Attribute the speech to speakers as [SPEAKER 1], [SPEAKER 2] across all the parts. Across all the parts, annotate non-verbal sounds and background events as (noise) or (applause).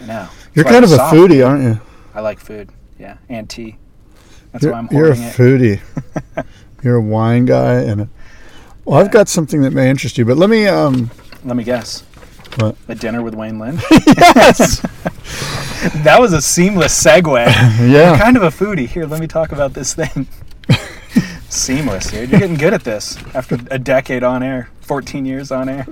[SPEAKER 1] No,
[SPEAKER 2] you're
[SPEAKER 1] That's why
[SPEAKER 2] kind
[SPEAKER 1] I'm
[SPEAKER 2] of a
[SPEAKER 1] soft.
[SPEAKER 2] foodie, aren't you?
[SPEAKER 1] I like food. Yeah, and tea. That's
[SPEAKER 2] You're,
[SPEAKER 1] why I'm
[SPEAKER 2] you're a
[SPEAKER 1] hoarding it.
[SPEAKER 2] foodie.
[SPEAKER 1] (laughs)
[SPEAKER 2] you're a wine guy, and a, well, I've got something that may interest you. But let me um,
[SPEAKER 1] Let me guess.
[SPEAKER 2] What?
[SPEAKER 1] A dinner with
[SPEAKER 2] (laughs)
[SPEAKER 1] Wayne Lynch. that was a seamless
[SPEAKER 2] (laughs)
[SPEAKER 1] segue. You're
[SPEAKER 2] yeah,
[SPEAKER 1] kind of a foodie. Here, let me talk about this
[SPEAKER 2] (laughs)
[SPEAKER 1] thing. Seamless, dude. You're getting good at this after a decade on air, 14 years on air.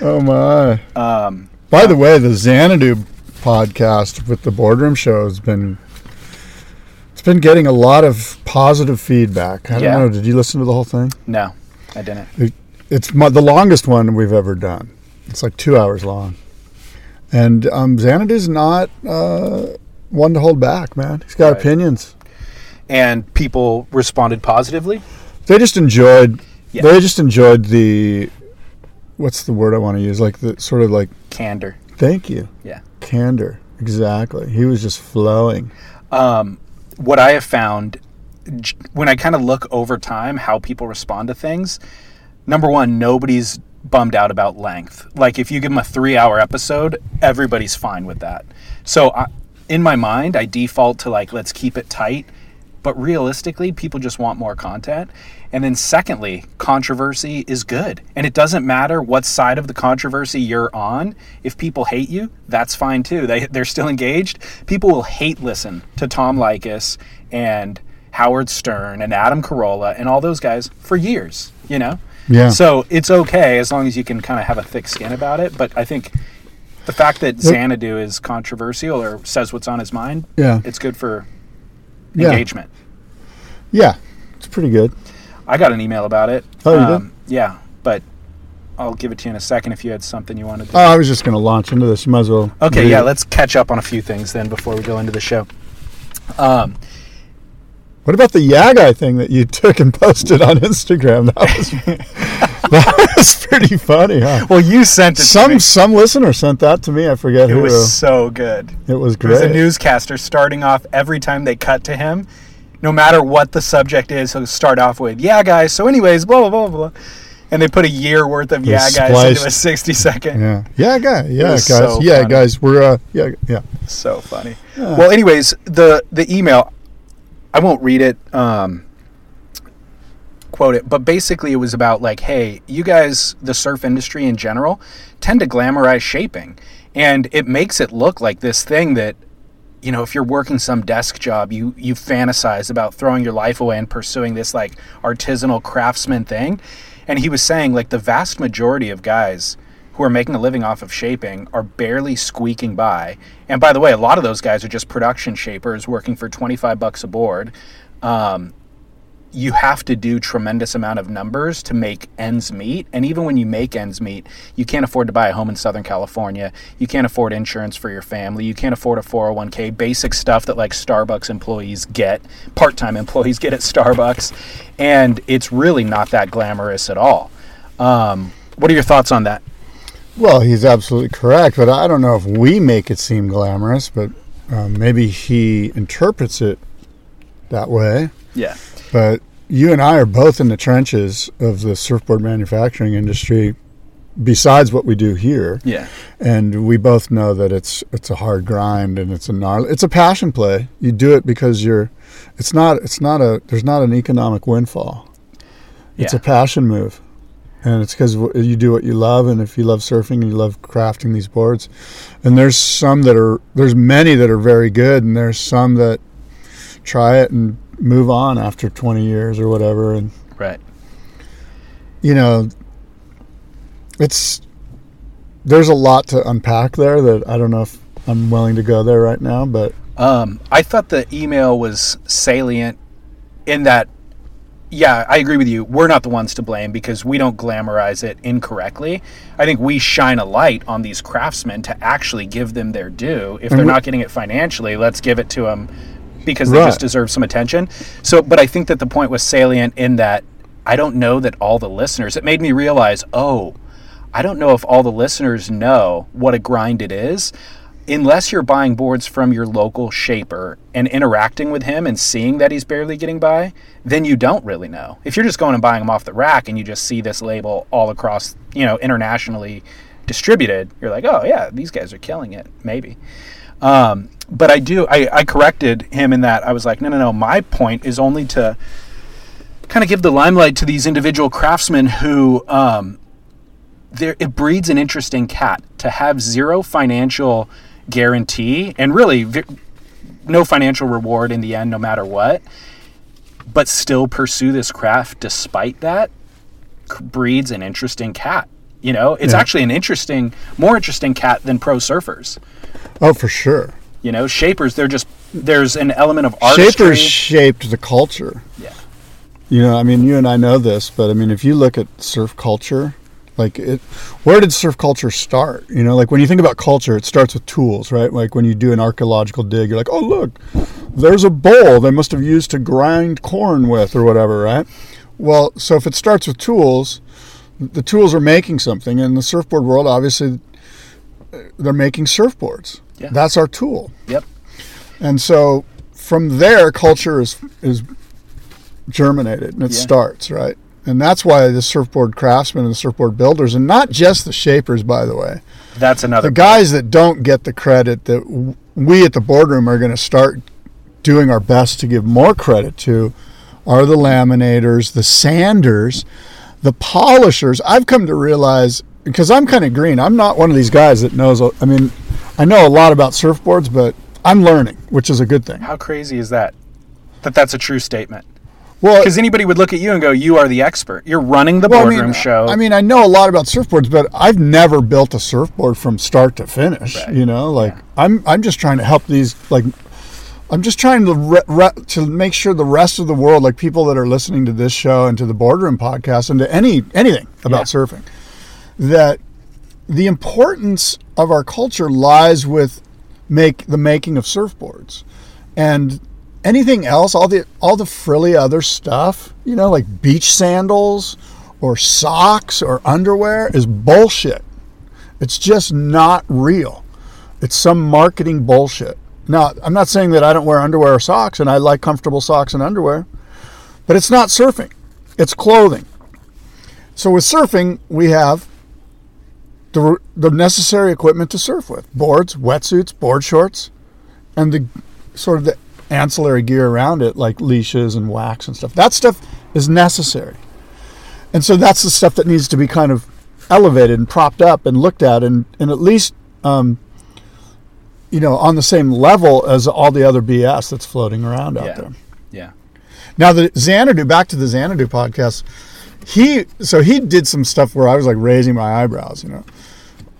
[SPEAKER 2] oh my.
[SPEAKER 1] Um,
[SPEAKER 2] By the way, the Xanadu podcast with the boardroom show has been it's been getting a lot of positive feedback. I don't
[SPEAKER 1] Yeah.
[SPEAKER 2] know. Did you listen to the whole thing?
[SPEAKER 1] no, I didn't.
[SPEAKER 2] It's my, the longest one we've ever done. It's like two hours long, and um, Xanadu's not uh, one to hold back, man. He's got
[SPEAKER 1] Right.
[SPEAKER 2] opinions.
[SPEAKER 1] And people responded positively.
[SPEAKER 2] They just enjoyed.
[SPEAKER 1] Yeah.
[SPEAKER 2] They just enjoyed the. What's the word I want to use? Like the sort of like
[SPEAKER 1] Candor.
[SPEAKER 2] thank you
[SPEAKER 1] Yeah.
[SPEAKER 2] candor. Exactly. He was just flowing.
[SPEAKER 1] what I have found j- when I kind of look over time how people respond to things, number one, nobody's bummed out about length. Like if you give them a three hour episode, everybody's fine with that. So I, in my mind, I default to like, let's keep it tight. But realistically, people just want more content. And then, secondly, controversy is good. And it doesn't matter what side of the controversy you're on. If people hate you, that's fine too. They, they're still engaged. People will hate listen to Tom Likas and Howard Stern and Adam Carolla and all those guys for years, you know?
[SPEAKER 2] Yeah.
[SPEAKER 1] So it's okay as long as you can kind of have a thick skin about it. But I think the fact that Xanadu is controversial or says what's on his mind,
[SPEAKER 2] Yeah.
[SPEAKER 1] it's good for
[SPEAKER 2] Yeah.
[SPEAKER 1] engagement.
[SPEAKER 2] Yeah, it's pretty good.
[SPEAKER 1] I got an email about it. Um,
[SPEAKER 2] Oh, you did?
[SPEAKER 1] Yeah, but I'll give it to you in a second if you had something you wanted to.
[SPEAKER 2] Oh, I was just going to launch into this. You might as well.
[SPEAKER 1] okay,
[SPEAKER 2] read
[SPEAKER 1] Uh, yeah,
[SPEAKER 2] it.
[SPEAKER 1] let's catch up on a few things then before we go into the show.
[SPEAKER 2] What about the Yagai thing that you (laughs) took and posted on Instagram? That was
[SPEAKER 1] (laughs)
[SPEAKER 2] that was pretty funny, huh?
[SPEAKER 1] Well, you sent it to
[SPEAKER 2] Some
[SPEAKER 1] me.
[SPEAKER 2] some listener sent that to me. I forget
[SPEAKER 1] It
[SPEAKER 2] who.
[SPEAKER 1] was so good.
[SPEAKER 2] it was
[SPEAKER 1] It was
[SPEAKER 2] great.
[SPEAKER 1] a newscaster starting off every time they cut to him. No matter what the subject is, he'll start off with, yeah, guys, so anyways, blah, blah, blah, blah. And they put a year worth of yeah, guys into a
[SPEAKER 2] spliced.
[SPEAKER 1] 60 second.
[SPEAKER 2] yeah, yeah, guy, yeah, guys,
[SPEAKER 1] was so
[SPEAKER 2] yeah,
[SPEAKER 1] funny.
[SPEAKER 2] guys. We're uh, yeah, yeah.
[SPEAKER 1] So funny. Well, anyways, the the email, I won't read it, um, quote it, but basically it was about like, hey, you guys, the surf industry in general, tend to glamorize shaping, and it makes it look like this thing that. You know, if you're working some desk job, you you fantasize about throwing your life away and pursuing this like artisanal craftsman thing. And he was saying like the vast majority of guys who are making a living off of shaping are barely squeaking by. And by the way, a lot of those guys are just production shapers working for 25 bucks a board. Um, you have to do tremendous amount of numbers to make ends meet and even when you make ends meet you can't afford to buy a home in southern california you can't afford insurance for your family you can't afford a 401k basic stuff that like starbucks employees get part-time employees get at starbucks and it's really not that glamorous at all um, what are your thoughts on that
[SPEAKER 2] Well, he's absolutely correct, but I don't know if we make it seem glamorous, but um, maybe he interprets it that way.
[SPEAKER 1] Yeah.
[SPEAKER 2] But you and I are both in the trenches of the surfboard manufacturing industry besides what we do here.
[SPEAKER 1] Yeah.
[SPEAKER 2] And we both know that it's it's a hard grind and it's a gnarly it's a passion play. You do it because you're it's not it's not a there's not an economic windfall. It's
[SPEAKER 1] Yeah.
[SPEAKER 2] a passion move. And it's because you do what you love, and if you love surfing, you love crafting these boards. And there's some that are there's many that are very good, and there's some that try it and move on after 20 years or whatever. And
[SPEAKER 1] Right.
[SPEAKER 2] you know, it's there's a lot to unpack there that I don't know if I'm willing to go there right now, but
[SPEAKER 1] Um, I thought the email was salient in that, yeah, I agree with you. We're not the ones to blame because we don't glamorize it incorrectly. I think we shine a light on these craftsmen to actually give them their due. If they're
[SPEAKER 2] we-
[SPEAKER 1] not getting it financially, let's give it to them because they
[SPEAKER 2] Right.
[SPEAKER 1] just deserve some attention. So, but I think that the point was salient in that I don't know that all the listeners, it made me realize, oh, I don't know if all the listeners know what a grind it is. Unless you're buying boards from your local shaper and interacting with him and seeing that he's barely getting by, then you don't really know. If you're just going and buying them off the rack and you just see this label all across, you know, internationally distributed, you're like, oh, yeah, these guys are killing it, maybe. Um, but I do, I, I corrected him in that I was like, no, no, no, my point is only to kind of give the limelight to these individual craftsmen who um, there it breeds an interesting cat to have zero financial guarantee and really vi- no financial reward in the end no matter what but still pursue this craft despite that c- breeds an interesting cat you know it's actually an interesting more interesting cat than pro surfers
[SPEAKER 2] oh, for sure.
[SPEAKER 1] you know shapers they're just there's an element of artistry
[SPEAKER 2] Shapers shaped the culture.
[SPEAKER 1] Yeah.
[SPEAKER 2] You know, I mean, you and I know this, but I mean, if you look at surf culture, like it, where did surf culture start? You know, like when you think about culture, it starts with tools, right? Like when you do an archaeological dig, you're like, oh, look, there's a bowl they must have used to grind corn with or whatever, right? Well, so if it starts with tools, the tools are making something. In the surfboard world, obviously, they're making surfboards.
[SPEAKER 1] Yeah.
[SPEAKER 2] That's our tool.
[SPEAKER 1] yep
[SPEAKER 2] And so from there, culture is is germinated and it
[SPEAKER 1] Yeah.
[SPEAKER 2] starts right. And that's why the surfboard craftsmen and the surfboard builders, and not just the shapers, by the way,
[SPEAKER 1] that's another
[SPEAKER 2] the guys that don't get the credit that w- we at the boardroom are going to start doing our best to give more credit to are the laminators, the sanders, the polishers. I've come to realize because I'm kind of green. I'm not one of these guys that knows. a- I mean, I know a lot about surfboards, but I'm learning, which is a good thing.
[SPEAKER 1] how crazy is that that that's a true statement
[SPEAKER 2] Well,
[SPEAKER 1] Because anybody would look at you and go, "You are the expert. You're running the
[SPEAKER 2] well,
[SPEAKER 1] boardroom show."
[SPEAKER 2] I mean, I know a lot about surfboards, but I've never built a surfboard from start to finish.
[SPEAKER 1] Right.
[SPEAKER 2] You know, like I'm I'm just trying to help these like I'm just trying to re- re- to make sure the rest of the world, like people that are listening to this show and to the boardroom podcast and to any anything about surfing, that the importance of our culture lies with make the making of surfboards and anything else all the all the frilly other stuff you know like beach sandals or socks or underwear is bullshit it's just not real it's some marketing bullshit now i'm not saying that i don't wear underwear or socks and i like comfortable socks and underwear but it's not surfing it's clothing so with surfing we have the, the necessary equipment to surf with boards wetsuits board shorts and the sort of the ancillary gear around it like leashes and wax and stuff that stuff is necessary and so that's the stuff that needs to be kind of elevated and propped up and looked at and, and at least um, you know on the same level as all the other bs that's floating around out
[SPEAKER 1] yeah,
[SPEAKER 2] there
[SPEAKER 1] yeah,
[SPEAKER 2] now the Xanadu, back to the Xanadu podcast. He so he did some stuff where I was like raising my eyebrows. You know,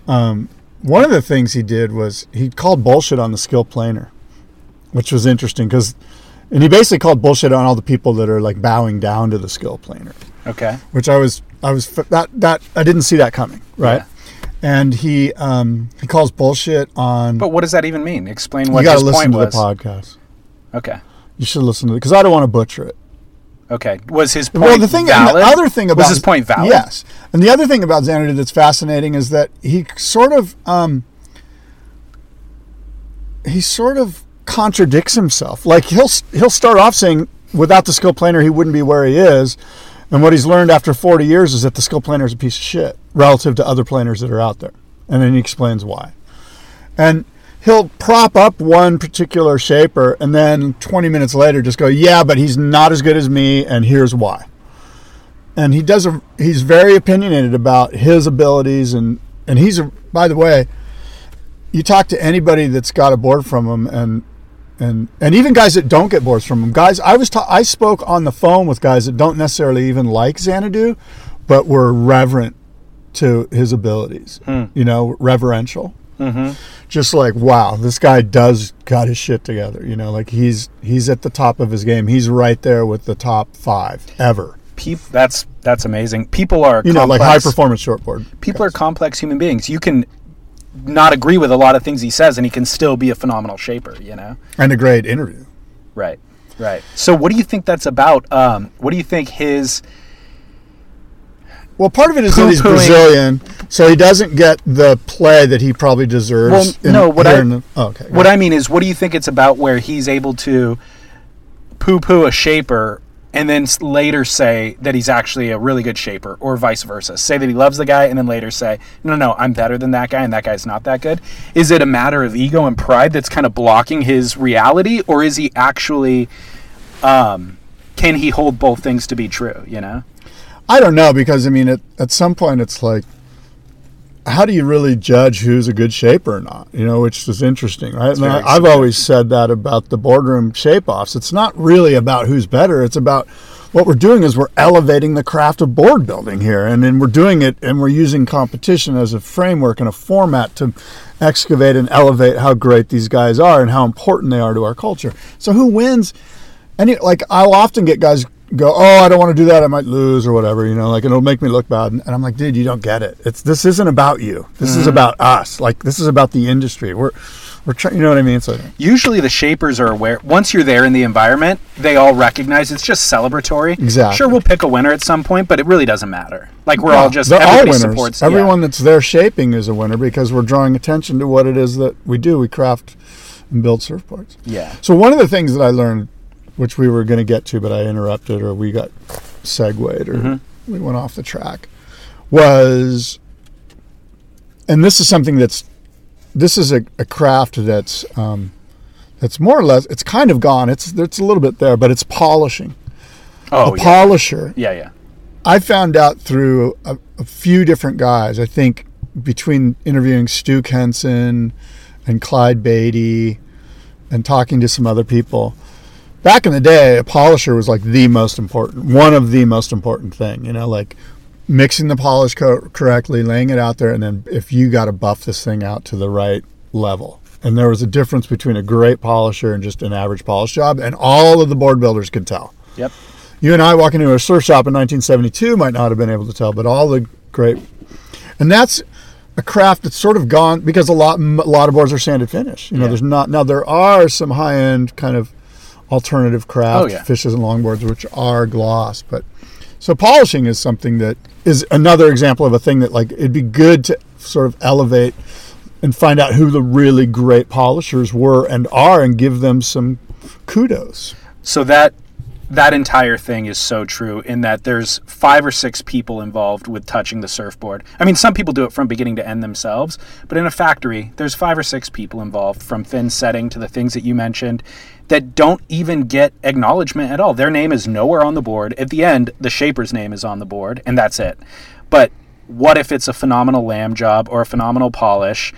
[SPEAKER 2] um, one of the things he did was he called bullshit on the skill planer, which was interesting because, and he basically called bullshit on all the people that are like bowing down to the skill planer
[SPEAKER 1] okay,
[SPEAKER 2] which I was I was that that I didn't see that coming, right? And he um, he calls bullshit on.
[SPEAKER 1] but what does that even mean? Explain
[SPEAKER 2] you
[SPEAKER 1] what
[SPEAKER 2] got
[SPEAKER 1] his
[SPEAKER 2] to listen
[SPEAKER 1] point
[SPEAKER 2] to
[SPEAKER 1] was.
[SPEAKER 2] the podcast.
[SPEAKER 1] Okay,
[SPEAKER 2] You should listen to it because I don't want to butcher it.
[SPEAKER 1] okay. Was his point
[SPEAKER 2] Well, the thing, and
[SPEAKER 1] valid?
[SPEAKER 2] the other thing about
[SPEAKER 1] was his point valid?
[SPEAKER 2] Yes, and the other thing about Xanadu that's fascinating is that he sort of um, he sort of contradicts himself. Like he'll he'll start off saying without the skill planer he wouldn't be where he is, And what he's learned after 40 years is that the skill planer is a piece of shit relative to other planers that are out there. And then he explains why. And he'll prop up one particular shaper and then 20 minutes later just go, yeah, but he's not as good as me and here's why. And he does a, he's very opinionated about his abilities and, and he's, a, by the way, you talk to anybody that's got a board from him and and and even guys that don't get boards from them. Guys, I was ta- I spoke on the phone with guys that don't necessarily even like Xanadu, but were reverent to his abilities. You know, reverential. Just like wow, this guy does got his shit together. You know, like he's he's at the top of his game. He's right there with the top five ever.
[SPEAKER 1] Peop- that's that's amazing. People are
[SPEAKER 2] You know, like high
[SPEAKER 1] complex.
[SPEAKER 2] performance shortboard.
[SPEAKER 1] People are complex human beings. You can not agree with a lot of things he says, and he can still be a phenomenal shaper. You know.
[SPEAKER 2] and a great interview.
[SPEAKER 1] Right. Right. So, what do you think that's about? Um, what do you think his?
[SPEAKER 2] Well, part of it is that he's
[SPEAKER 1] Poo-pooing.
[SPEAKER 2] Brazilian, so he doesn't get the play that he probably deserves.
[SPEAKER 1] Well, no, what
[SPEAKER 2] here
[SPEAKER 1] I-
[SPEAKER 2] in the- oh, okay,
[SPEAKER 1] What I mean is, what do you think it's about? Where he's able to poo-poo a shaper, and then s- later say that he's actually a really good shaper, or vice versa. Say that he loves the guy, and then later say, "No, no, I'm better than that guy, and that guy's not that good." Is it a matter of ego and pride that's kind of blocking his reality, or is he actually? Um, can he hold both things to be true? You know.
[SPEAKER 2] I don't know because I mean, at, at some point, it's like, how do you really judge who's a good shaper or not? You know, which is interesting, right? And I, I've always said that about the boardroom shape-offs. It's not really about who's better. It's about what we're doing is we're elevating the craft of board building here, and then we're doing it, and we're using competition as a framework and a format to excavate and elevate how great these guys are and how important they are to our culture. So who wins? any like I'll often get guys go, "Oh, I don't want to do that. I might lose or whatever," you know, like and it'll make me look bad. And, and I'm like, "Dude, you don't get it. It's this isn't about you. This is about us. Like this is about the industry. We're we're trying. You know what I mean?" So
[SPEAKER 1] usually the shapers are aware once you're there in the environment they all recognize it's just celebratory
[SPEAKER 2] Exactly.
[SPEAKER 1] sure we'll pick a winner at some point but it really doesn't matter like we're all just
[SPEAKER 2] they're all
[SPEAKER 1] everybody
[SPEAKER 2] winners.
[SPEAKER 1] supports yeah.
[SPEAKER 2] Everyone that's there shaping is a winner because we're drawing attention to what it is that we do. We craft and build surfboards.
[SPEAKER 1] yeah
[SPEAKER 2] So one of the things that I learned, which we were going to get to, but I interrupted, or we got segued, or
[SPEAKER 1] Mm-hmm.
[SPEAKER 2] we went off the track, was, and this is something that's, this is a, a craft that's, um, that's more or less, it's kind of gone. It's it's a little bit there, but it's polishing.
[SPEAKER 1] oh
[SPEAKER 2] a
[SPEAKER 1] yeah.
[SPEAKER 2] polisher.
[SPEAKER 1] yeah yeah
[SPEAKER 2] I found out through a, a few different guys. I think between interviewing Stu Kenson and Clyde Beatty and talking to some other people. Back in the day, a polisher was like the most important, one of the most important thing, you know, like mixing the polish co- correctly, laying it out there, and then if you got to buff this thing out to the right level. And there was a difference between a great polisher and just an average polish job, and all of the board builders could tell
[SPEAKER 1] yep
[SPEAKER 2] you and I walking into a surf shop in 1972 might not have been able to tell, but all the great, and that's a craft that's sort of gone because a lot a lot of boards are sanded finish. You know, there's not now there are some high end kind of alternative craft
[SPEAKER 1] Oh, yeah.
[SPEAKER 2] fishes and longboards which are gloss, but so polishing is something that is another example of a thing that like it'd be good to sort of elevate and find out who the really great polishers were and are and give them some kudos.
[SPEAKER 1] so that that entire thing is so true in that there's five or six people involved with touching the surfboard i mean some people do it from beginning to end themselves but in a factory there's five or six people involved from fin setting to the things that you mentioned that don't even get acknowledgement at all their name is nowhere on the board at the end the shaper's name is on the board and that's it but what if it's a phenomenal lamb job or a phenomenal polish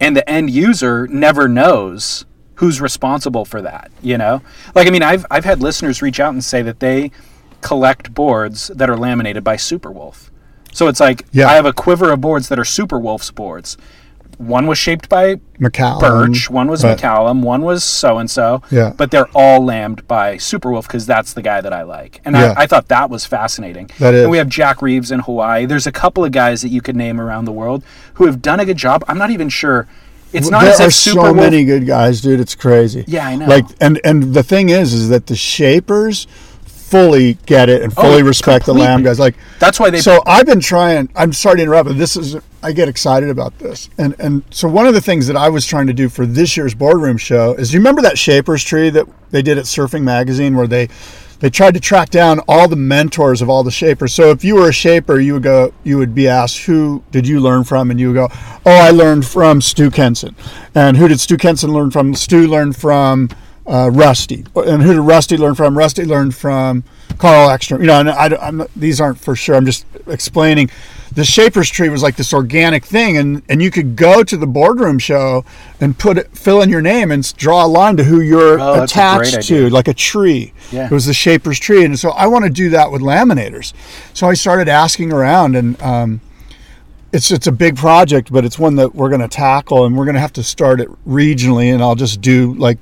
[SPEAKER 1] and the end user never knows who's responsible for that you know like i mean i've i've had listeners reach out and say that they collect boards that are laminated by superwolf so it's like
[SPEAKER 2] Yeah.
[SPEAKER 1] i have a quiver of boards that are superwolf's boards one was shaped by
[SPEAKER 2] McCallum,
[SPEAKER 1] Birch, one was
[SPEAKER 2] Um, but-
[SPEAKER 1] McCallum, one was so and so.
[SPEAKER 2] Yeah.
[SPEAKER 1] But they're all lambed by Superwolf because that's the guy that I like. And
[SPEAKER 2] Yeah.
[SPEAKER 1] I, I thought that was fascinating.
[SPEAKER 2] That is.
[SPEAKER 1] And we have Jack Reeves in Hawaii. There's a couple of guys that you could name around the world who have done a good job. I'm not even sure. It's not
[SPEAKER 2] there
[SPEAKER 1] as
[SPEAKER 2] are
[SPEAKER 1] if
[SPEAKER 2] so
[SPEAKER 1] Superwolf.
[SPEAKER 2] many good guys, dude. It's crazy.
[SPEAKER 1] Yeah, I know.
[SPEAKER 2] Like, and and the thing is, is that the shapers fully get it and fully respect the lamb
[SPEAKER 1] Oh, completely.
[SPEAKER 2] guys. Like
[SPEAKER 1] That's why they.
[SPEAKER 2] so I've been trying. I'm sorry to interrupt, but this is I get excited about this, and and so one of the things that I was trying to do for this year's boardroom show is you remember that Shapers tree that they did at Surfing Magazine where they they tried to track down all the mentors of all the shapers. So if you were a shaper, you would go, you would be asked, who did you learn from? And you would go, oh, I learned from Stu Kenson, and who did Stu Kenson learn from? Stu learned from uh, Rusty. And who did Rusty learn from? Rusty learned from Carl Ekstrom. You know, and I, am not, these aren't for sure. I'm just explaining. The Shaper's Tree was like this organic thing, and, and you could go to the boardroom show and put it, fill in your name and s- draw a line to who you're
[SPEAKER 1] Oh, that's a great
[SPEAKER 2] attached
[SPEAKER 1] idea.
[SPEAKER 2] to, like a tree.
[SPEAKER 1] Yeah.
[SPEAKER 2] It was the Shaper's Tree. And so I want to do that with laminators. So I started asking around, and um, it's it's a big project, but it's one that we're going to tackle, and we're going to have to start it regionally. And I'll just do like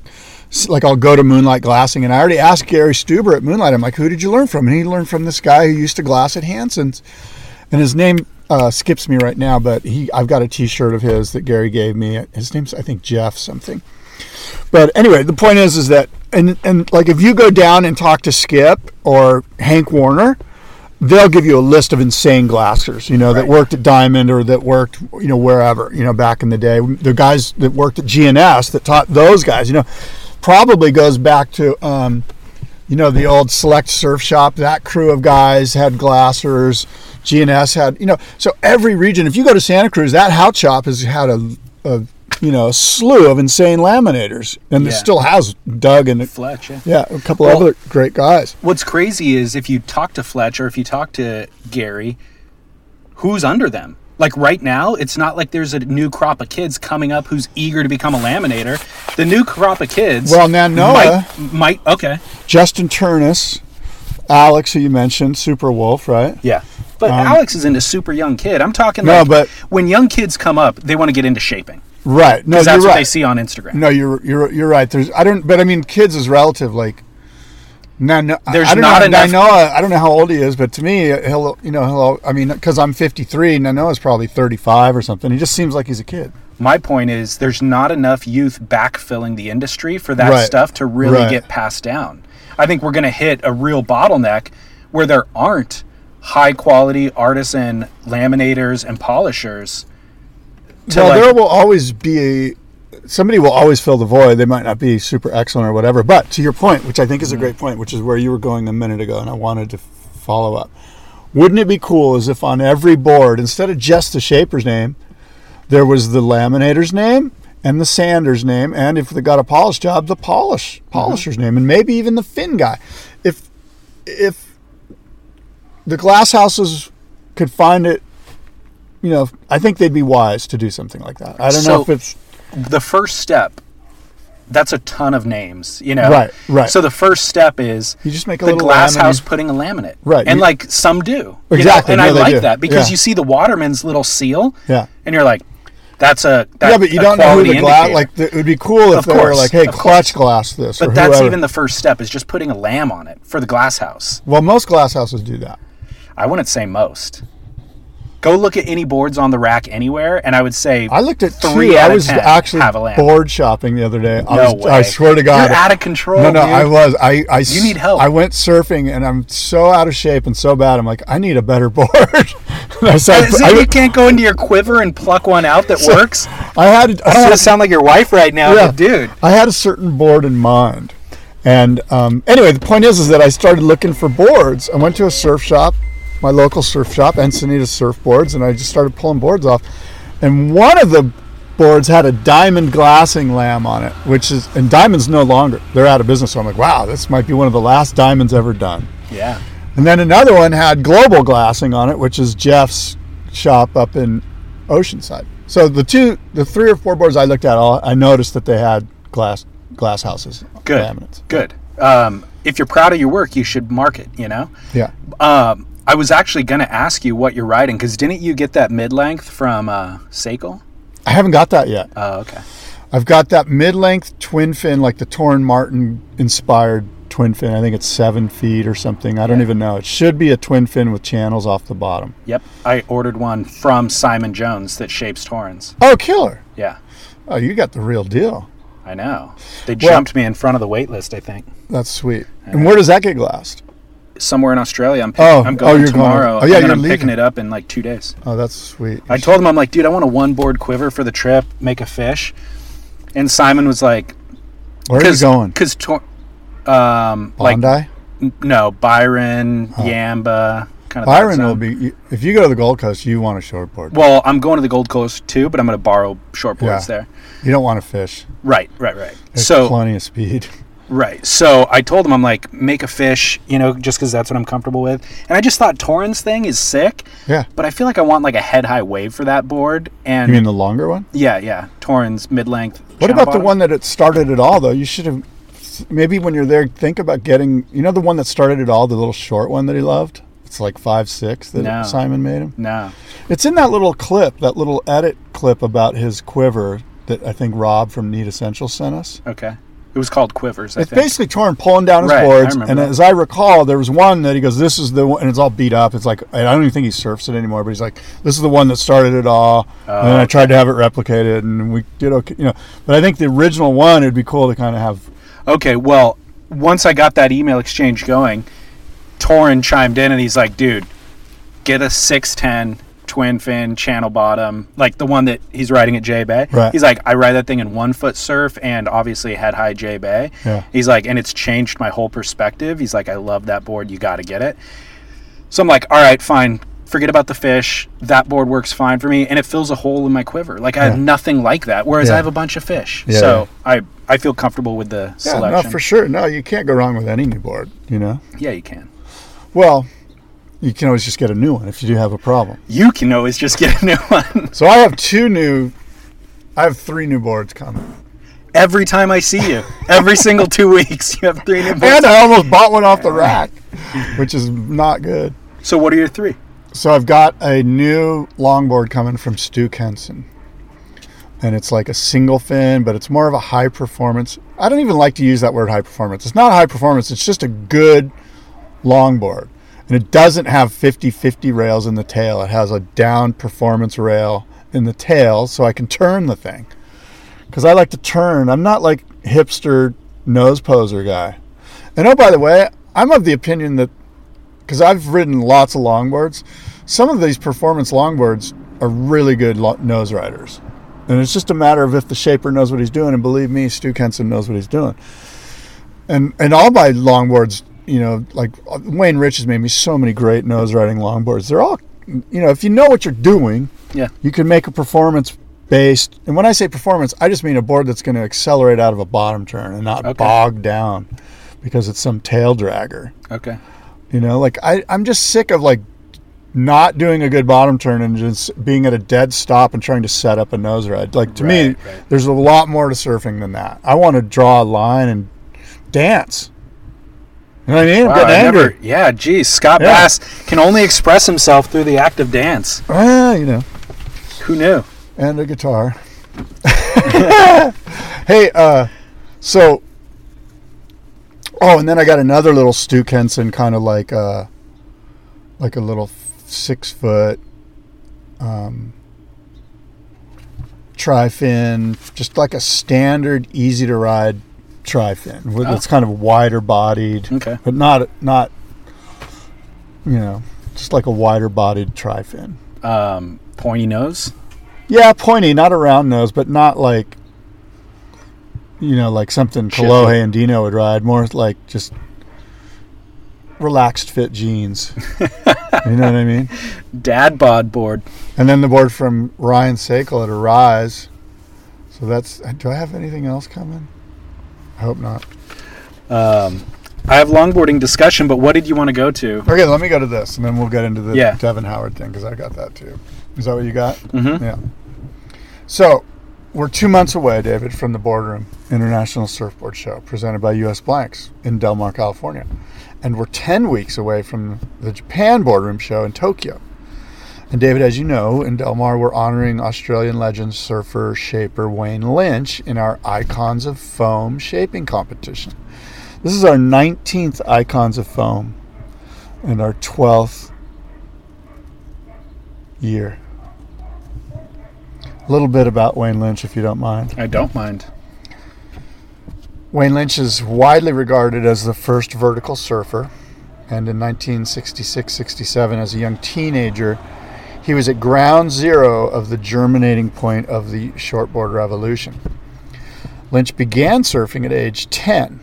[SPEAKER 2] s- like I'll go to Moonlight Glassing, and I already asked Gary Stuber at Moonlight. I'm like, who did you learn from? And he learned from this guy who used to glass at Hanson's, and his name uh, skips me right now, but he I've got a T-shirt of his that Gary gave me. His name's I think Jeff something. But anyway, the point is, is that and and like if you go down and talk to Skip or Hank Warner, they'll give you a list of insane glassers, you know, that worked at Diamond or that worked, you know, wherever, you know, back in the day. The guys that worked at GNS that taught those guys, you know, probably goes back to, um, you know, the old Select Surf Shop. That crew of guys had glassers. GNS had, you know, so every region. If you go to Santa Cruz, that hout shop has had a, a you know, a slew of insane laminators, and it
[SPEAKER 1] Yeah.
[SPEAKER 2] still has Doug and
[SPEAKER 1] Fletch, yeah.
[SPEAKER 2] yeah, a couple
[SPEAKER 1] Well-
[SPEAKER 2] other great guys.
[SPEAKER 1] What's crazy is if you talk to Fletch or if you talk to Gary, who's under them? Like right now, it's not like there's a new crop of kids coming up who's eager to become a laminator. The new crop of kids.
[SPEAKER 2] Well, now Noah-
[SPEAKER 1] might, might okay,
[SPEAKER 2] Justin Turnus, Alex, who you mentioned, Super Wolf, right?
[SPEAKER 1] yeah. But Alex is into super young kid. I'm talking
[SPEAKER 2] Um, No,
[SPEAKER 1] like
[SPEAKER 2] but-
[SPEAKER 1] when young kids come up, they want to get into shaping
[SPEAKER 2] Right. No,
[SPEAKER 1] because
[SPEAKER 2] you're
[SPEAKER 1] that's what
[SPEAKER 2] right.
[SPEAKER 1] they see on Instagram.
[SPEAKER 2] No, you're you're you're right. There's I don't, but I mean, kids is relative. Like, no, no, I-
[SPEAKER 1] There's
[SPEAKER 2] I don't
[SPEAKER 1] not
[SPEAKER 2] know,
[SPEAKER 1] enough-
[SPEAKER 2] Nanoa, I don't know how old he is, but to me, he'll you know he'll I mean, because I'm 53, Nanoa's probably 35 or something. He just seems like he's a kid.
[SPEAKER 1] My point is, there's not enough youth backfilling the industry for that
[SPEAKER 2] Right.
[SPEAKER 1] stuff to really
[SPEAKER 2] Right.
[SPEAKER 1] get passed down. I think we're going to hit a real bottleneck where there aren't high quality artisan laminators and polishers. To
[SPEAKER 2] well,
[SPEAKER 1] like-
[SPEAKER 2] there will always be a somebody will always fill the void. They might not be super excellent or whatever. But to your point, which I think
[SPEAKER 1] Mm-hmm.
[SPEAKER 2] is a great point, which is where you were going a minute ago, and I wanted to follow up. Wouldn't it be cool as if on every board, instead of just the shaper's name, there was the laminator's name and the sander's name, and if they got a polish job, the polish
[SPEAKER 1] Mm-hmm.
[SPEAKER 2] polisher's name, and maybe even the fin guy. If if the glass houses could find it, you know, I think they'd be wise to do something like that. I don't know
[SPEAKER 1] So-
[SPEAKER 2] if it's
[SPEAKER 1] the first step, that's a ton of names, you know?
[SPEAKER 2] Right, right.
[SPEAKER 1] So the first step is
[SPEAKER 2] You just make a
[SPEAKER 1] the
[SPEAKER 2] little
[SPEAKER 1] glass
[SPEAKER 2] laminate.
[SPEAKER 1] house putting a laminate.
[SPEAKER 2] Right,
[SPEAKER 1] And
[SPEAKER 2] you-
[SPEAKER 1] like some do. you know?
[SPEAKER 2] Exactly,
[SPEAKER 1] And
[SPEAKER 2] no,
[SPEAKER 1] I
[SPEAKER 2] they
[SPEAKER 1] like
[SPEAKER 2] do.
[SPEAKER 1] that because
[SPEAKER 2] Yeah.
[SPEAKER 1] you see the Waterman's little seal.
[SPEAKER 2] Yeah.
[SPEAKER 1] And you're like, that's a that,
[SPEAKER 2] yeah, but you
[SPEAKER 1] a
[SPEAKER 2] don't know who
[SPEAKER 1] quality
[SPEAKER 2] the glass.
[SPEAKER 1] indicator.
[SPEAKER 2] Like the, it would be cool if
[SPEAKER 1] Of
[SPEAKER 2] they were
[SPEAKER 1] course,
[SPEAKER 2] like, "Hey,
[SPEAKER 1] of
[SPEAKER 2] clutch glass this." or
[SPEAKER 1] But that's
[SPEAKER 2] whoever.
[SPEAKER 1] even the first step is just putting a lamb on it for the glass house.
[SPEAKER 2] well, most glass houses do that.
[SPEAKER 1] I wouldn't say most. Go look at any boards on the rack anywhere, and I would say
[SPEAKER 2] I looked at
[SPEAKER 1] three.
[SPEAKER 2] two.
[SPEAKER 1] out
[SPEAKER 2] I
[SPEAKER 1] of
[SPEAKER 2] was
[SPEAKER 1] 10
[SPEAKER 2] actually
[SPEAKER 1] have a lamb.
[SPEAKER 2] board shopping the other day. I,
[SPEAKER 1] No
[SPEAKER 2] was,
[SPEAKER 1] way.
[SPEAKER 2] I swear to God,
[SPEAKER 1] You're out of control.
[SPEAKER 2] No, no,
[SPEAKER 1] dude.
[SPEAKER 2] I was. I, I,
[SPEAKER 1] You need help.
[SPEAKER 2] I went surfing and I'm so out of shape and so bad. I'm like, I need a better (laughs) board. And I, said,
[SPEAKER 1] Is
[SPEAKER 2] I,
[SPEAKER 1] it Uh, you can't go into your quiver and pluck one
[SPEAKER 2] (laughs)
[SPEAKER 1] out that works?
[SPEAKER 2] I had.
[SPEAKER 1] I don't want to sound like your wife right now, but dude.
[SPEAKER 2] I had a certain board in mind. And um, anyway, the point is, is that I started looking for boards. I went to a surf shop, my local surf shop, Encinitas Surfboards, and I just started pulling boards off. And one of the boards had a diamond glassing lamb on it, which is, and diamonds no longer. They're out of business. So I'm like, wow, this might be one of the last diamonds ever done.
[SPEAKER 1] Yeah.
[SPEAKER 2] And then another one had global glassing on it, which is Jeff's shop up in Oceanside. So the two, the three or four boards I looked at, all I noticed that they had glass glass houses,
[SPEAKER 1] Good.
[SPEAKER 2] laminates.
[SPEAKER 1] Good. Um, if you're proud of your work, you should mark it, you know?
[SPEAKER 2] Yeah,
[SPEAKER 1] Um, I was actually going to ask you what you're riding because didn't you get that mid length from uh, Seiko?
[SPEAKER 2] I haven't got that yet.
[SPEAKER 1] Oh, okay.
[SPEAKER 2] I've got that mid-length twin fin, like the Torn Martin inspired twin fin. I think it's seven feet or something. I don't even know. It should be a twin fin with channels off the bottom.
[SPEAKER 1] Yep. I ordered one from Simon Jones that shapes Torrens.
[SPEAKER 2] Oh, killer!
[SPEAKER 1] Yeah.
[SPEAKER 2] Oh, you got the real deal.
[SPEAKER 1] I know. They jumped me in front of the wait list, I think.
[SPEAKER 2] That's sweet. And where does that get glassed?
[SPEAKER 1] somewhere in Australia. I'm pick,
[SPEAKER 2] Oh,
[SPEAKER 1] I'm
[SPEAKER 2] oh,
[SPEAKER 1] going
[SPEAKER 2] you're going.
[SPEAKER 1] tomorrow.
[SPEAKER 2] Oh, yeah,
[SPEAKER 1] and then
[SPEAKER 2] you're
[SPEAKER 1] I'm picking
[SPEAKER 2] leaving.
[SPEAKER 1] it up in like two days.
[SPEAKER 2] Oh, that's sweet.
[SPEAKER 1] I told him I'm like, dude, I want a one board quiver for the trip. Make a fish. And Simon was like,
[SPEAKER 2] Where are you going?
[SPEAKER 1] Because tor- um, like
[SPEAKER 2] Bondi. Oh.
[SPEAKER 1] n- no Byron, Yamba, kind of.
[SPEAKER 2] Byron will be. If you go to the Gold Coast, you want a shortboard.
[SPEAKER 1] Well, I'm going to the Gold Coast too, but I'm going to borrow shortboards
[SPEAKER 2] Yeah.
[SPEAKER 1] there.
[SPEAKER 2] you don't want to fish.
[SPEAKER 1] Right, right, right.
[SPEAKER 2] There's
[SPEAKER 1] so
[SPEAKER 2] plenty of speed. (laughs)
[SPEAKER 1] Right. So I told him, I'm like, make a fish, you know, just because that's what I'm comfortable with. And I just thought Torrens thing is sick,
[SPEAKER 2] Yeah.
[SPEAKER 1] but I feel like I want like a head high wave for that board. And
[SPEAKER 2] You mean the longer one?
[SPEAKER 1] yeah, yeah, Torrens mid length.
[SPEAKER 2] What about the one that it started it all though? You should have maybe when you're there, think about getting. You know the one that started it all, the little short one that he loved. It's like five six that
[SPEAKER 1] No.
[SPEAKER 2] Simon made him.
[SPEAKER 1] No.
[SPEAKER 2] It's in that little clip, that little edit clip about his quiver that I think Rob from Need Essential sent us.
[SPEAKER 1] Okay. It was called Quivers. I
[SPEAKER 2] It's
[SPEAKER 1] think.
[SPEAKER 2] basically torn, pulling down his
[SPEAKER 1] Right, I
[SPEAKER 2] boards.
[SPEAKER 1] remember
[SPEAKER 2] And
[SPEAKER 1] that.
[SPEAKER 2] as I recall, there was one that he goes, "This is the," one, and it's all beat up. It's like I don't even think he surfs it anymore. But he's like, "This is the one that started it all." and then I tried to have it replicated, and we did okay, you know. But I think the original one, it'd be cool to kind of have.
[SPEAKER 1] Okay. Well, once I got that email exchange going, Torren chimed in and he's like, dude, get a 610 twin fin channel bottom, like the one that he's riding at J Bay.
[SPEAKER 2] Right.
[SPEAKER 1] He's like, I ride that thing in one foot surf and obviously head high J Bay.
[SPEAKER 2] Yeah.
[SPEAKER 1] He's like, and it's changed my whole perspective. He's like, I love that board. You got to get it. So I'm like, all right, fine. Forget about the fish. That board works fine for me, and it fills a hole in my quiver. Like I have nothing like that, whereas
[SPEAKER 2] Yeah.
[SPEAKER 1] I have a bunch of fish.
[SPEAKER 2] Yeah,
[SPEAKER 1] so I I feel comfortable with the
[SPEAKER 2] Yeah,
[SPEAKER 1] selection.
[SPEAKER 2] no, for sure. No, you can't go wrong with any new board. You know,
[SPEAKER 1] Yeah, you can.
[SPEAKER 2] well, you can always just get a new one if you do have a problem.
[SPEAKER 1] You can always just get a new (laughs) one.
[SPEAKER 2] So I have two new. I have three new boards coming.
[SPEAKER 1] Every time I see you, every single two (laughs) weeks, you have three new boards.
[SPEAKER 2] And uh, I almost bought one off the rack, which is not good.
[SPEAKER 1] So what are your three?
[SPEAKER 2] So I've got a new longboard coming from Stu Kenson. And it's like a single fin, but it's more of a high performance. I don't even like to use that word high performance. It's not high performance, it's just a good longboard. And it doesn't have 50 50 rails in the tail, it has a down performance rail in the tail so I can turn the thing. Because I like to turn. I'm not like hipster nose poser guy. And oh, by the way, I'm of the opinion that because I've ridden lots of longboards. Some of these performance longboards are really good lo- nose riders. And it's just a matter of if the shaper knows what he's doing. And believe me, Stu Kenson knows what he's doing. And and all my longboards, you know, like uh, Wayne Rich has made me so many great nose riding longboards. They're all, you know, if you know what you're doing,
[SPEAKER 1] Yeah.
[SPEAKER 2] you can make a performance based. And when I say performance, I just mean a board that's going to accelerate out of a bottom turn and not bog down because it's some tail dragger.
[SPEAKER 1] Okay.
[SPEAKER 2] You know, like I, I'm just sick of like not doing a good bottom turn and just being at a dead stop and trying to set up a nose ride. Like to me,
[SPEAKER 1] Right, right.
[SPEAKER 2] there's a lot more to surfing than that. I want to draw a line and dance. You know what I mean? I'm
[SPEAKER 1] Wow,
[SPEAKER 2] getting
[SPEAKER 1] I
[SPEAKER 2] angry.
[SPEAKER 1] never- yeah, geez. Scott
[SPEAKER 2] Yeah.
[SPEAKER 1] Bass can only express himself through the act of dance.
[SPEAKER 2] Ah, you know,
[SPEAKER 1] Who knew?
[SPEAKER 2] and a guitar. (laughs) hey, uh, so oh, and then I got another little Stu Kenson kind of like uh, like a little six foot um, tri fin, just like a standard, easy to ride tri fin. It's kind of wider bodied,
[SPEAKER 1] Okay.
[SPEAKER 2] but not not you know, just like a wider bodied tri fin.
[SPEAKER 1] Um, pointy nose.
[SPEAKER 2] Yeah, pointy, not a round nose, but not like you know, like something Kolohe and Dino would ride. More like just relaxed fit jeans. you know what I mean?
[SPEAKER 1] Dad bod board.
[SPEAKER 2] And then the board from Ryan Sakel at Arise. So that's. Do I have anything else coming? I hope not.
[SPEAKER 1] I have longboarding discussion, but what did you want to go to?
[SPEAKER 2] Okay, let me go to this, and then we'll get into the
[SPEAKER 1] Yeah.
[SPEAKER 2] Devin Howard thing because I got that too. Is that what you got? Mm-hmm. Yeah. So we're two months away, David, from the Boardroom International Surfboard Show presented by U.S. Blanks in Del Mar, California, and we're ten weeks away from the Japan Boardroom Show in Tokyo. And David, as you know, in Del Mar, we're honoring Australian legend surfer shaper Wayne Lynch in our Icons of Foam shaping competition. This is our 19th Icons of Foam and our 12th year. A little bit about Wayne Lynch, if you don't mind.
[SPEAKER 1] I don't mind.
[SPEAKER 2] Wayne Lynch is widely regarded as the first vertical surfer, And in 1966 67, as a young teenager, he was at ground zero of the germinating point of the shortboard revolution. Lynch began surfing at age 10.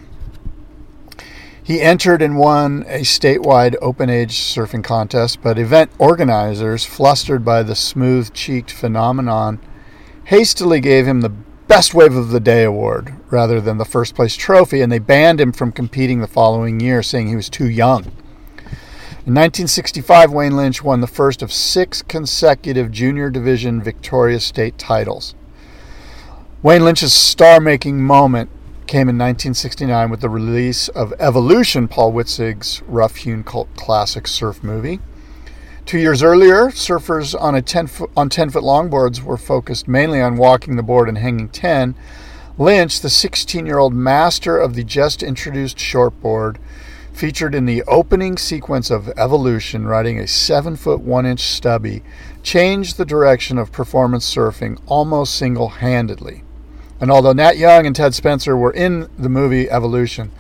[SPEAKER 2] He entered and won a statewide open age surfing contest, but event organizers, flustered by the smooth cheeked phenomenon, hastily gave him the Best Wave of the Day award rather than the first place trophy, and they banned him from competing the following year, saying he was too young. In 1965, Wayne Lynch won the first of six consecutive junior division Victoria State titles. Wayne Lynch's star making moment came in 1969 with the release of Evolution, Paul Witzig's rough hewn cult classic surf movie. Two years earlier, surfers on a 10 foot, on 10 foot longboards were focused mainly on walking the board and hanging 10. Lynch, the 16 year old master of the just introduced shortboard, featured in the opening sequence of Evolution, riding a 7 foot 1 inch stubby, changed the direction of performance surfing almost single handedly. And although Nat Young and Ted Spencer were in the movie Evolution,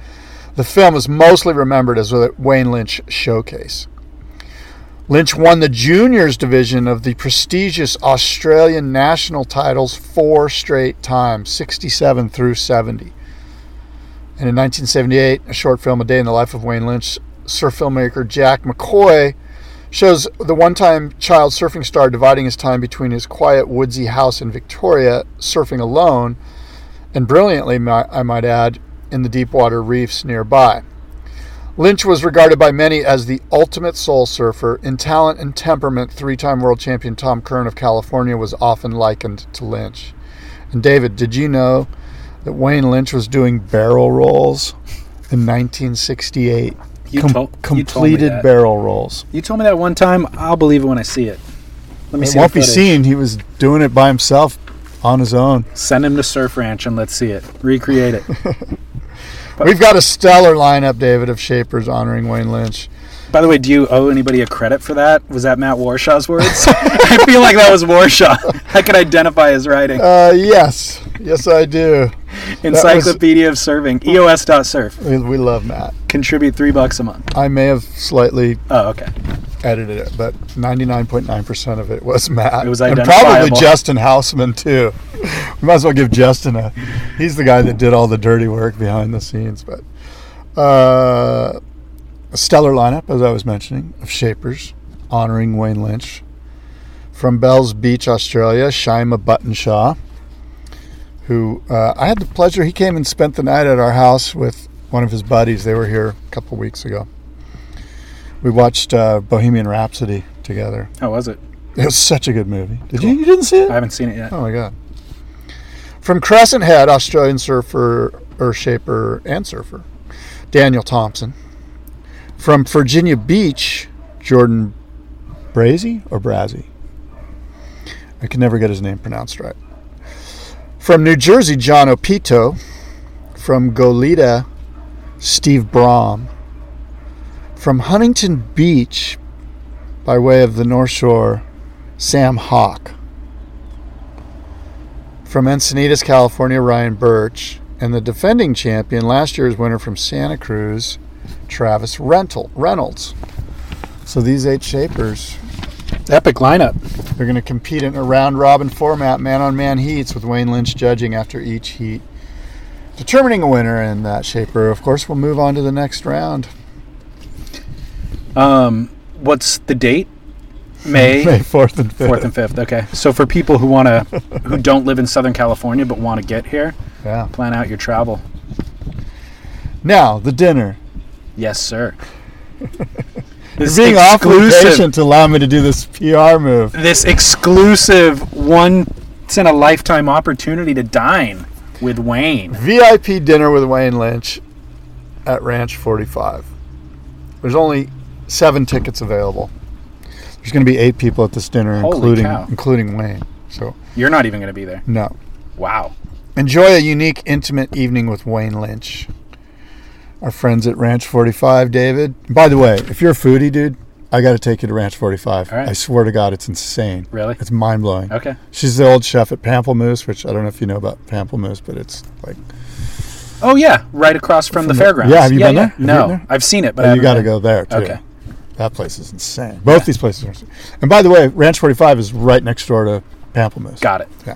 [SPEAKER 2] the film is mostly remembered as a Wayne Lynch showcase. Lynch won the juniors division of the prestigious Australian national titles four straight times, 67 through 70. And in 1978, a short film, A Day in the Life of Wayne Lynch, surf filmmaker Jack McCoy shows the one time child surfing star dividing his time between his quiet, woodsy house in Victoria, surfing alone, and brilliantly, mi- I might add, in the deep water reefs nearby. Lynch was regarded by many as the ultimate soul surfer. In talent and temperament, three time world champion Tom Kern of California was often likened to Lynch. And David, did you know that Wayne Lynch was doing barrel rolls in 1968?
[SPEAKER 1] You
[SPEAKER 2] Com-
[SPEAKER 1] tol- you told me
[SPEAKER 2] completed
[SPEAKER 1] that.
[SPEAKER 2] barrel rolls.
[SPEAKER 1] You told me that one time. I'll believe it when I see it. Let me
[SPEAKER 2] It
[SPEAKER 1] see.
[SPEAKER 2] won't
[SPEAKER 1] the
[SPEAKER 2] be
[SPEAKER 1] footage.
[SPEAKER 2] seen. He was doing it by himself on his own.
[SPEAKER 1] Send him to Surf Ranch and let's see it. Recreate it.
[SPEAKER 2] We've got a stellar lineup, David, of Shapers honoring Wayne Lynch.
[SPEAKER 1] By the way, do you owe anybody a credit for that? Was that Matt Warshaw's words? (laughs) I feel like that was Warshaw. (laughs) I could identify his writing.
[SPEAKER 2] Uh, yes. Yes, I do.
[SPEAKER 1] Encyclopedia of Serving, E EOS.surf.
[SPEAKER 2] We, we love Matt.
[SPEAKER 1] Contribute three bucks a month.
[SPEAKER 2] I may have slightly
[SPEAKER 1] Oh, okay.
[SPEAKER 2] edited it, but 99.9% of it was Matt.
[SPEAKER 1] It was
[SPEAKER 2] and probably
[SPEAKER 1] identifiable.
[SPEAKER 2] Justin Houseman, too. (laughs) We might as well give Justin a. He's the guy that did all the dirty work behind the scenes. But uh, a stellar lineup, as I was mentioning, of Shapers honoring Wayne Lynch. From Bells Beach, Australia, Shima Buttonshaw, who uh, I had the pleasure, he came and spent the night at our house with one of his buddies. They were here a couple weeks ago. We watched uh, Bohemian Rhapsody together.
[SPEAKER 1] How was it?
[SPEAKER 2] It was such a good movie. Did you? You didn't see it?
[SPEAKER 1] I haven't seen it yet.
[SPEAKER 2] Oh my god! From Crescent Head, Australian surfer, earth shaper, and surfer, Daniel Thompson. From Virginia Beach, Jordan Brazy or Brazzy. I can never get his name pronounced right. From New Jersey, John Opito. From Goleta, Steve Brom. From Huntington Beach, by way of the North Shore, Sam Hawk. From Encinitas, California, Ryan Birch. And the defending champion, last year's winner from Santa Cruz, Travis Rental, Reynolds. So these eight shapers,
[SPEAKER 1] Epic lineup.
[SPEAKER 2] they're going to compete in a round robin format, man on man heats, with Wayne Lynch judging after each heat, determining a winner. And that shaper, of course, will move on to the next round.
[SPEAKER 1] What's the date?
[SPEAKER 2] (laughs)
[SPEAKER 1] May
[SPEAKER 2] May 4th and 5th.
[SPEAKER 1] fourth and fifth. Okay. So for people who wanna who don't live in Southern California but want to get here,
[SPEAKER 2] Yeah.
[SPEAKER 1] plan out your travel.
[SPEAKER 2] Now, the dinner.
[SPEAKER 1] Yes,
[SPEAKER 2] (laughs)
[SPEAKER 1] sir. This
[SPEAKER 2] Being awfully patient to allow me to do this PR move.
[SPEAKER 1] this exclusive once in a lifetime opportunity to dine with Wayne.
[SPEAKER 2] VIP dinner with Wayne Lynch at Ranch 45. There's only seven tickets available. There's going to be eight people at this dinner,
[SPEAKER 1] Holy
[SPEAKER 2] including
[SPEAKER 1] cow.
[SPEAKER 2] including Wayne. So
[SPEAKER 1] You're not even going to be there.
[SPEAKER 2] no,
[SPEAKER 1] Wow.
[SPEAKER 2] enjoy a unique, intimate evening with Wayne Lynch. Our friends at Ranch 45, David. By the way, if you're a foodie, dude, I got to take you to Ranch 45.
[SPEAKER 1] All right.
[SPEAKER 2] I swear to God, it's insane.
[SPEAKER 1] Really?
[SPEAKER 2] It's mind blowing.
[SPEAKER 1] Okay.
[SPEAKER 2] She's the old chef at Pamplemousse, which I don't know if you know about Pamplemousse, but it's like
[SPEAKER 1] Oh yeah, right across from, the, fairgrounds.
[SPEAKER 2] yeah, have you been there? Have you
[SPEAKER 1] No,
[SPEAKER 2] been there?
[SPEAKER 1] I've seen it, but I
[SPEAKER 2] Oh, you
[SPEAKER 1] haven't
[SPEAKER 2] got to go
[SPEAKER 1] been.
[SPEAKER 2] there too.
[SPEAKER 1] Okay.
[SPEAKER 2] That place is insane. Both these places are. Insane. And by the way, Ranch 45 is right next door to Pamplemousse.
[SPEAKER 1] Got it.
[SPEAKER 2] Yeah.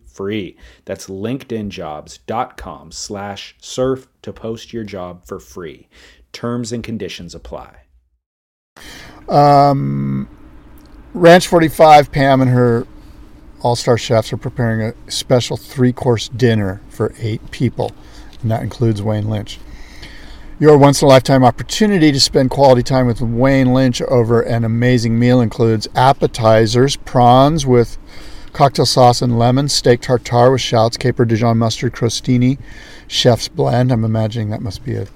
[SPEAKER 3] free that's linkedinjobs.com slash surf to post your job for free terms and conditions apply
[SPEAKER 2] Ranch 45, Pam and her all star chefs are preparing a special three course dinner for eight people, and that includes Wayne Lynch. Your once in a lifetime opportunity to spend quality time with Wayne Lynch over an amazing meal includes appetizers, prawns with cocktail sauce and lemon, steak tartare with shallots, caper, Dijon mustard, crostini, chef's blend. I'm imagining that must be a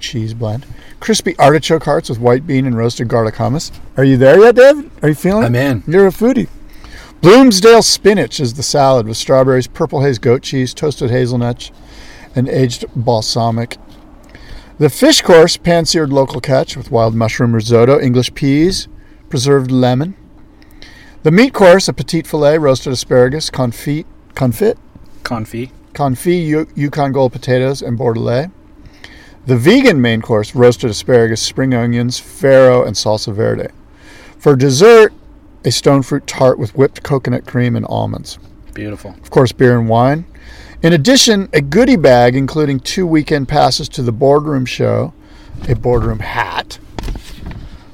[SPEAKER 2] cheese blend. Crispy artichoke hearts with white bean and roasted garlic hummus. Are you there yet, David? Are you feeling
[SPEAKER 1] I'm
[SPEAKER 2] it?
[SPEAKER 1] in.
[SPEAKER 2] You're a foodie. Bloomsdale spinach is the salad with strawberries, purple haze goat cheese, toasted hazelnuts, and aged balsamic. The fish course, pan seared local catch with wild mushroom risotto, English peas, preserved lemon. The meat course, a petite filet, roasted asparagus, confit, confit,
[SPEAKER 1] Confit.
[SPEAKER 2] confit Yu- Yukon Gold potatoes and Bordelais. The vegan main course roasted asparagus, spring onions, farro, and salsa verde. For dessert, a stone fruit tart with whipped coconut cream and almonds.
[SPEAKER 1] Beautiful.
[SPEAKER 2] Of course, beer and wine. In addition, a goodie bag including two weekend passes to the boardroom show, a boardroom hat,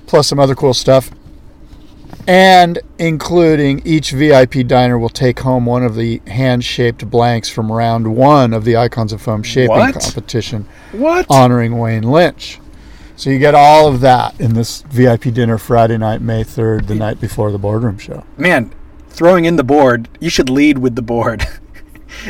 [SPEAKER 2] plus some other cool stuff, and including each VIP diner will take home one of the hand shaped blanks from round one of the Icons of Foam shaping
[SPEAKER 1] What?
[SPEAKER 2] competition
[SPEAKER 1] What?
[SPEAKER 2] honoring Wayne Lynch. So you get all of that in this VIP dinner Friday night, May 3rd, the night before the boardroom show.
[SPEAKER 1] Man, throwing in the board, you should lead with the board. (laughs)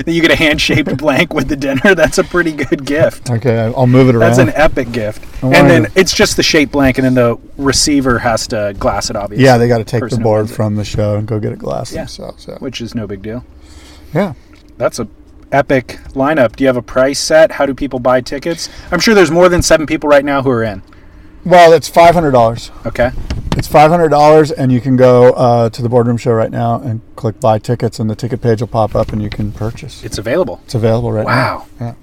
[SPEAKER 1] Then you get a hand shaped blank with the dinner. That's a pretty good gift.
[SPEAKER 2] Okay, I- I'll move it around.
[SPEAKER 1] That's an epic gift.
[SPEAKER 2] wanted
[SPEAKER 1] And then
[SPEAKER 2] to-
[SPEAKER 1] it's just the shape blank, and then the receiver has to glass it, obviously.
[SPEAKER 2] yeah, they got to take the
[SPEAKER 1] person who
[SPEAKER 2] board
[SPEAKER 1] wins it,
[SPEAKER 2] from the show and go get a glass
[SPEAKER 1] Yeah.
[SPEAKER 2] themselves. Yeah.
[SPEAKER 1] Which is no big deal.
[SPEAKER 2] yeah.
[SPEAKER 1] That's a epic lineup. Do you have a price set? How do people buy tickets? I'm sure there's more than seven people right now who are in.
[SPEAKER 2] Well, it's five hundred dollars.
[SPEAKER 1] Okay.
[SPEAKER 2] It's five hundred dollars, and you can go uh, to the boardroom show right now and click buy tickets, and the ticket page will pop up, and you can purchase.
[SPEAKER 1] It's available.
[SPEAKER 2] It's available right now.
[SPEAKER 1] Wow.
[SPEAKER 2] Yeah.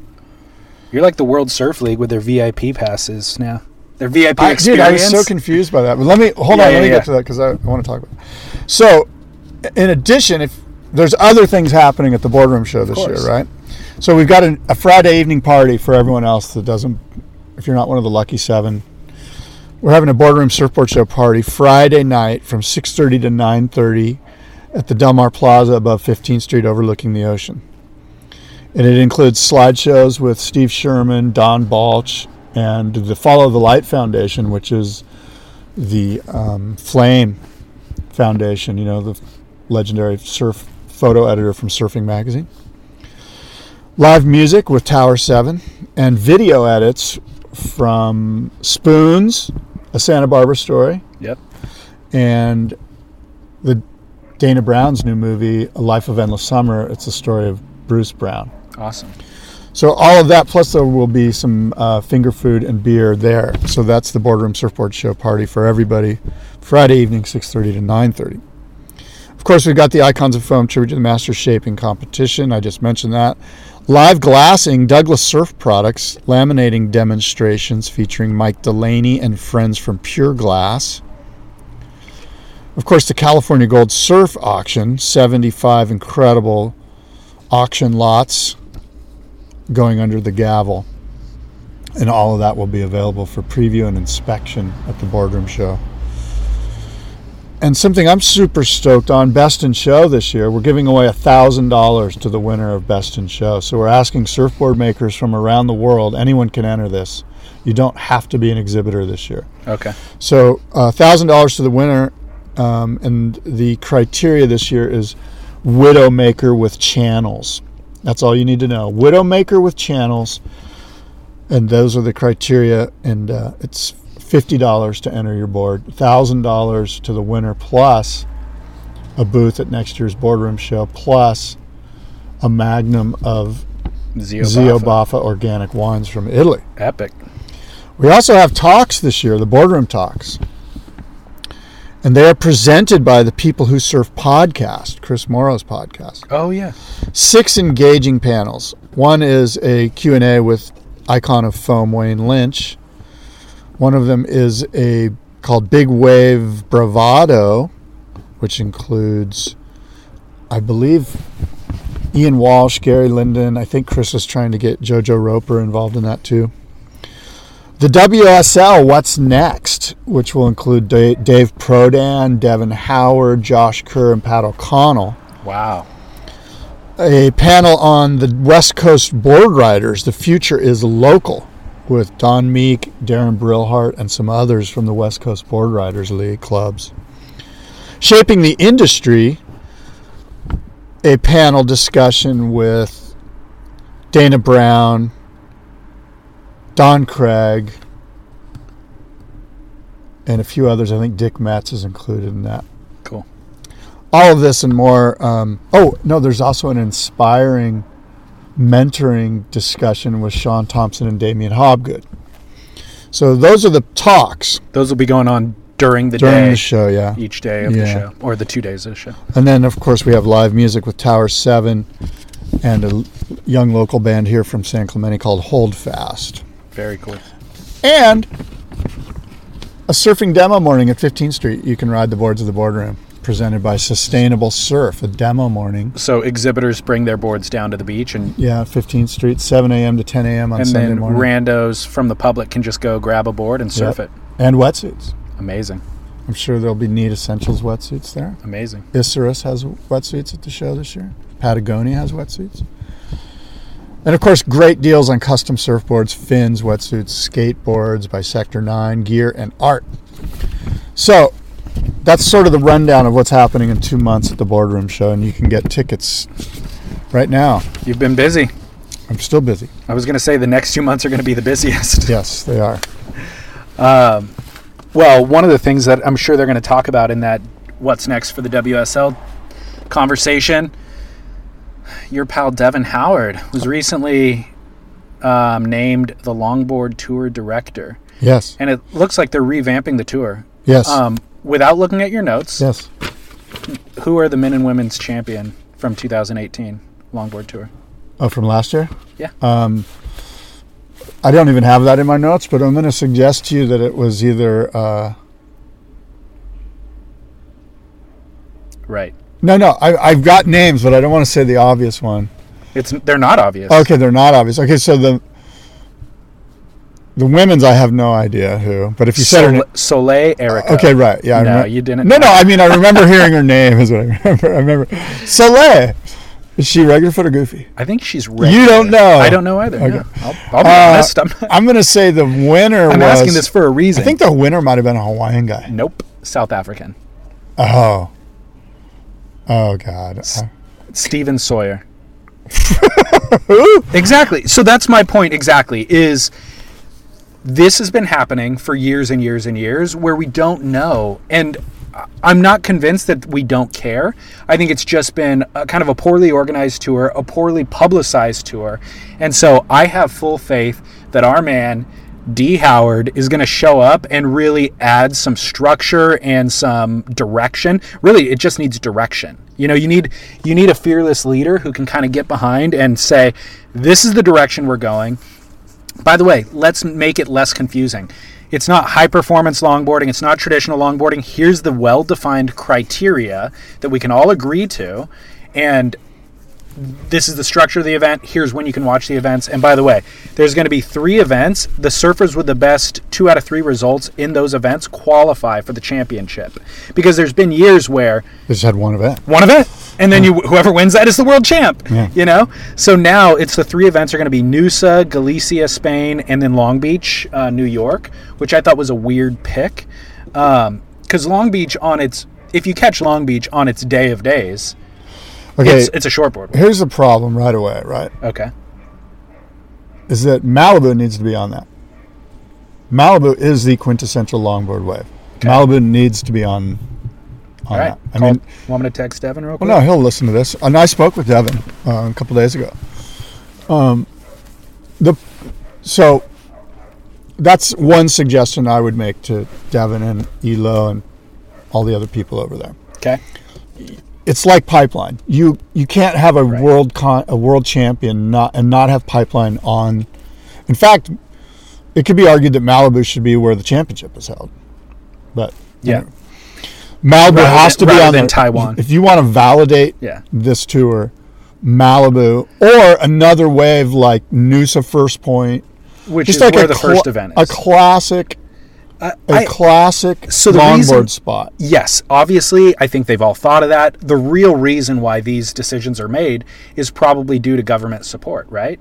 [SPEAKER 1] You're like the World Surf League with their VIP passes now. Their VIP
[SPEAKER 2] I, dude, I
[SPEAKER 1] experience.
[SPEAKER 2] was so confused by that. But let me hold
[SPEAKER 1] Yeah,
[SPEAKER 2] on.
[SPEAKER 1] yeah,
[SPEAKER 2] let me
[SPEAKER 1] yeah.
[SPEAKER 2] get to that because I, want to talk about. It. So, in addition, if there's other things happening at the boardroom show this year,
[SPEAKER 1] course.
[SPEAKER 2] right? So we've got an, a Friday evening party for everyone else that doesn't. If you're not one of the lucky seven, we're having a boardroom surfboard show party Friday night from 6:30 to 9:30 at the Del Mar Plaza above 15th Street, overlooking the ocean. And it includes slideshows with Steve Sherman, Don Balch, and the Follow the Light Foundation, which is the um, Flame Foundation, you know, the legendary surf photo editor from Surfing Magazine. Live music with Tower 7 and video edits from Spoons, a Santa Barbara story,
[SPEAKER 1] Yep.
[SPEAKER 2] and the Dana Brown's new movie, A Life of Endless Summer. It's the story of Bruce Brown.
[SPEAKER 1] Awesome.
[SPEAKER 2] So all of that, plus there will be some uh, finger food and beer there. So that's the boardroom surfboard show party for everybody, Friday evening, six thirty to nine thirty. Of Of course, we've got the Icons of Foam tribute to the Master Shaping Competition. I just mentioned that. Live glassing, Douglas Surf Products, laminating demonstrations featuring Mike Delaney and friends from Pure Glass. Of course, the California Gold Surf Auction, 75 incredible auction lots going under the gavel. And all of that will be available for preview and inspection at the boardroom show. And something I'm super stoked on Best in Show this year, we're giving away $1,000 to the winner of Best in Show. So we're asking surfboard makers from around the world, anyone can enter this. You don't have to be an exhibitor this year.
[SPEAKER 1] Okay.
[SPEAKER 2] So uh, thousand dollars to the winner, um, and the criteria this year is widowmaker with channels. That's all you need to know. Widowmaker with channels, and those are the criteria. And uh, it's fifty dollars to enter your board, thousand dollars to the winner, plus a booth at next year's boardroom show, plus a magnum of
[SPEAKER 1] Zio.
[SPEAKER 2] Zio
[SPEAKER 1] Baffa.
[SPEAKER 2] Baffa organic wines from Italy.
[SPEAKER 1] Epic.
[SPEAKER 2] We also have talks this year, the boardroom talks. And they are presented by the People Who Surf podcast, Chris Morrow's podcast.
[SPEAKER 1] Oh yeah.
[SPEAKER 2] Six engaging panels. One is a Q&A with icon of foam Wayne Lynch. One of them is a called Big Wave Bravado, which includes I believe Ian Walsh, Gary Linden, I think Chris was trying to get Jojo Roper involved in that too. The WSL, What's Next, which will include Da- Dave Prodan, Devin Howard, Josh Kerr, and Pat O'Connell.
[SPEAKER 1] Wow.
[SPEAKER 2] A panel on the West Coast board riders, The Future is Local, with Don Meek, Darren Brillhart, and some others from the West Coast Board Riders League clubs. Shaping the Industry, a panel discussion with Dana Brown, Don Craig, and a few others. I think Dick Matz is included in that
[SPEAKER 1] Cool.
[SPEAKER 2] all of this and more. Um, oh no, there's also an inspiring mentoring discussion with Sean Thompson and Damian Hobgood. So those are the talks
[SPEAKER 1] Those will be going on during the
[SPEAKER 2] during
[SPEAKER 1] day.
[SPEAKER 2] the show, yeah.
[SPEAKER 1] Each day of the
[SPEAKER 2] Yeah.
[SPEAKER 1] show, or the two days of the show.
[SPEAKER 2] And then of course we have live music with Tower Seven and a l- young local band here from San Clemente called Hold Fast.
[SPEAKER 1] Very cool.
[SPEAKER 2] And a surfing demo morning at 15th Street. You can ride the boards of the boardroom. Presented by Sustainable Surf, a demo morning.
[SPEAKER 1] So exhibitors bring their boards down to the beach, and
[SPEAKER 2] Yeah, 15th Street, 7 a.m. to 10 a.m. on
[SPEAKER 1] and
[SPEAKER 2] Sunday
[SPEAKER 1] then
[SPEAKER 2] morning.
[SPEAKER 1] randos from the public can just go grab a board and surf
[SPEAKER 2] Yep.
[SPEAKER 1] it.
[SPEAKER 2] And wetsuits.
[SPEAKER 1] Amazing,
[SPEAKER 2] I'm sure there'll be Neat Essentials wetsuits there.
[SPEAKER 1] amazing.
[SPEAKER 2] Isurus has wetsuits at the show this year. Patagonia has wetsuits. And of course, great deals on custom surfboards, fins, wetsuits, skateboards by Sector 9, gear, and art. So that's sort of the rundown of what's happening in two months at the Boardroom Show, and you can get tickets right now.
[SPEAKER 1] You've been busy.
[SPEAKER 2] I'm still
[SPEAKER 1] (laughs)
[SPEAKER 2] busy.
[SPEAKER 1] I was going to say the next two months are going to be the busiest.
[SPEAKER 2] Yes, they are.
[SPEAKER 1] (laughs) Well, one of the things that I'm sure they're going to talk about in that what's next for the WSL conversation, your pal Devin Howard was recently um, named the Longboard Tour Director.
[SPEAKER 2] Yes.
[SPEAKER 1] And it looks like they're revamping the tour.
[SPEAKER 2] Yes.
[SPEAKER 1] Um, without looking at your notes,
[SPEAKER 2] yes.
[SPEAKER 1] who are the men and women's champion from 2018 Longboard Tour?
[SPEAKER 2] Oh, from last year? Um,
[SPEAKER 1] Yeah.
[SPEAKER 2] I don't even have that in my notes, but I'm going to suggest to you that it was either. Uh,
[SPEAKER 1] right.
[SPEAKER 2] no, no, I, I've got names, but I don't want to say the obvious one.
[SPEAKER 1] It's They're not obvious.
[SPEAKER 2] Okay, they're not obvious. Okay, so the the women's, I have no idea who, but if you said her
[SPEAKER 1] Sol-
[SPEAKER 2] name.
[SPEAKER 1] Soleil Erica.
[SPEAKER 2] Okay, right. Yeah. I
[SPEAKER 1] uh, No,
[SPEAKER 2] remember-
[SPEAKER 1] you didn't.
[SPEAKER 2] No, no. I
[SPEAKER 1] (laughs)
[SPEAKER 2] mean, I remember hearing her name, is what I remember. I remember. Soleil. Is she regular foot or goofy?
[SPEAKER 1] I think she's red.
[SPEAKER 2] You don't know.
[SPEAKER 1] I don't know either.
[SPEAKER 2] Okay.
[SPEAKER 1] no. I'll, I'll be
[SPEAKER 2] Uh,
[SPEAKER 1] honest. I'm, not-
[SPEAKER 2] I'm going to say the winner
[SPEAKER 1] (laughs) I'm
[SPEAKER 2] was.
[SPEAKER 1] asking this for a reason.
[SPEAKER 2] I think the winner might have been a Hawaiian guy.
[SPEAKER 1] Nope. South African.
[SPEAKER 2] Oh. Oh, God. Uh, (laughs)
[SPEAKER 1] Steven Sawyer. exactly. So that's my point exactly is this has been happening for years and years and years where we don't know and I- I'm not convinced that we don't care. I think it's just been a, kind of a poorly organized tour, a poorly publicized tour. And so I have full faith that our man D Howard is going to show up and really add some structure and some direction. Really, it just needs direction. You know, you need you need a fearless leader who can kind of get behind and say, "This is the direction we're going." By the way, let's make it less confusing. It's not high performance longboarding, it's not traditional longboarding. Here's the well-defined criteria that we can all agree to and this is the structure of the event. Here's when you can watch the events. And by the way, there's going to be three events. The surfers with the best two out of three results in those events qualify for the championship. Because there's been years where
[SPEAKER 2] They just had one event.
[SPEAKER 1] one event, and then you whoever wins that is the world champ.
[SPEAKER 2] Yeah.
[SPEAKER 1] You know. So now it's the three events are going to be Noosa, Galicia, Spain, and then Long Beach, uh, New York, which I thought was a weird pick, because Long Beach on its if you catch Long Beach on its day of days,
[SPEAKER 2] Okay,
[SPEAKER 1] it's it's a shortboard.
[SPEAKER 2] here's the problem right away, right?
[SPEAKER 1] Okay.
[SPEAKER 2] Is that Malibu needs to be on that. Malibu is the quintessential longboard wave. Malibu needs to be on on
[SPEAKER 1] All right.
[SPEAKER 2] that. Uh, I
[SPEAKER 1] Call-
[SPEAKER 2] mean,
[SPEAKER 1] want me to text Devin real quick?
[SPEAKER 2] well, no, he'll listen to this. And I spoke with Devin uh, a couple days ago. Um, the so that's one suggestion I would make to Devin and Elo and all the other people over there.
[SPEAKER 1] Okay.
[SPEAKER 2] it's like pipeline. You you can't have a world con, a world champion not and not have pipeline on. In fact, it could be argued that Malibu should be where the championship is held, but
[SPEAKER 1] Yeah.
[SPEAKER 2] Malibu
[SPEAKER 1] Rather
[SPEAKER 2] has
[SPEAKER 1] than-
[SPEAKER 2] to be
[SPEAKER 1] rather
[SPEAKER 2] on
[SPEAKER 1] than
[SPEAKER 2] the-
[SPEAKER 1] Taiwan.
[SPEAKER 2] If you want to validate
[SPEAKER 1] Yeah.
[SPEAKER 2] this tour, Malibu or another wave like Noosa First Point,
[SPEAKER 1] Which
[SPEAKER 2] just
[SPEAKER 1] is
[SPEAKER 2] like
[SPEAKER 1] where
[SPEAKER 2] a
[SPEAKER 1] the
[SPEAKER 2] cla-
[SPEAKER 1] first event
[SPEAKER 2] a
[SPEAKER 1] is.
[SPEAKER 2] classic, a
[SPEAKER 1] I-
[SPEAKER 2] classic
[SPEAKER 1] So the
[SPEAKER 2] longboard
[SPEAKER 1] reason-
[SPEAKER 2] spot.
[SPEAKER 1] yes, obviously, I think they've all thought of that. The real reason why these decisions are made is probably due to government support, right?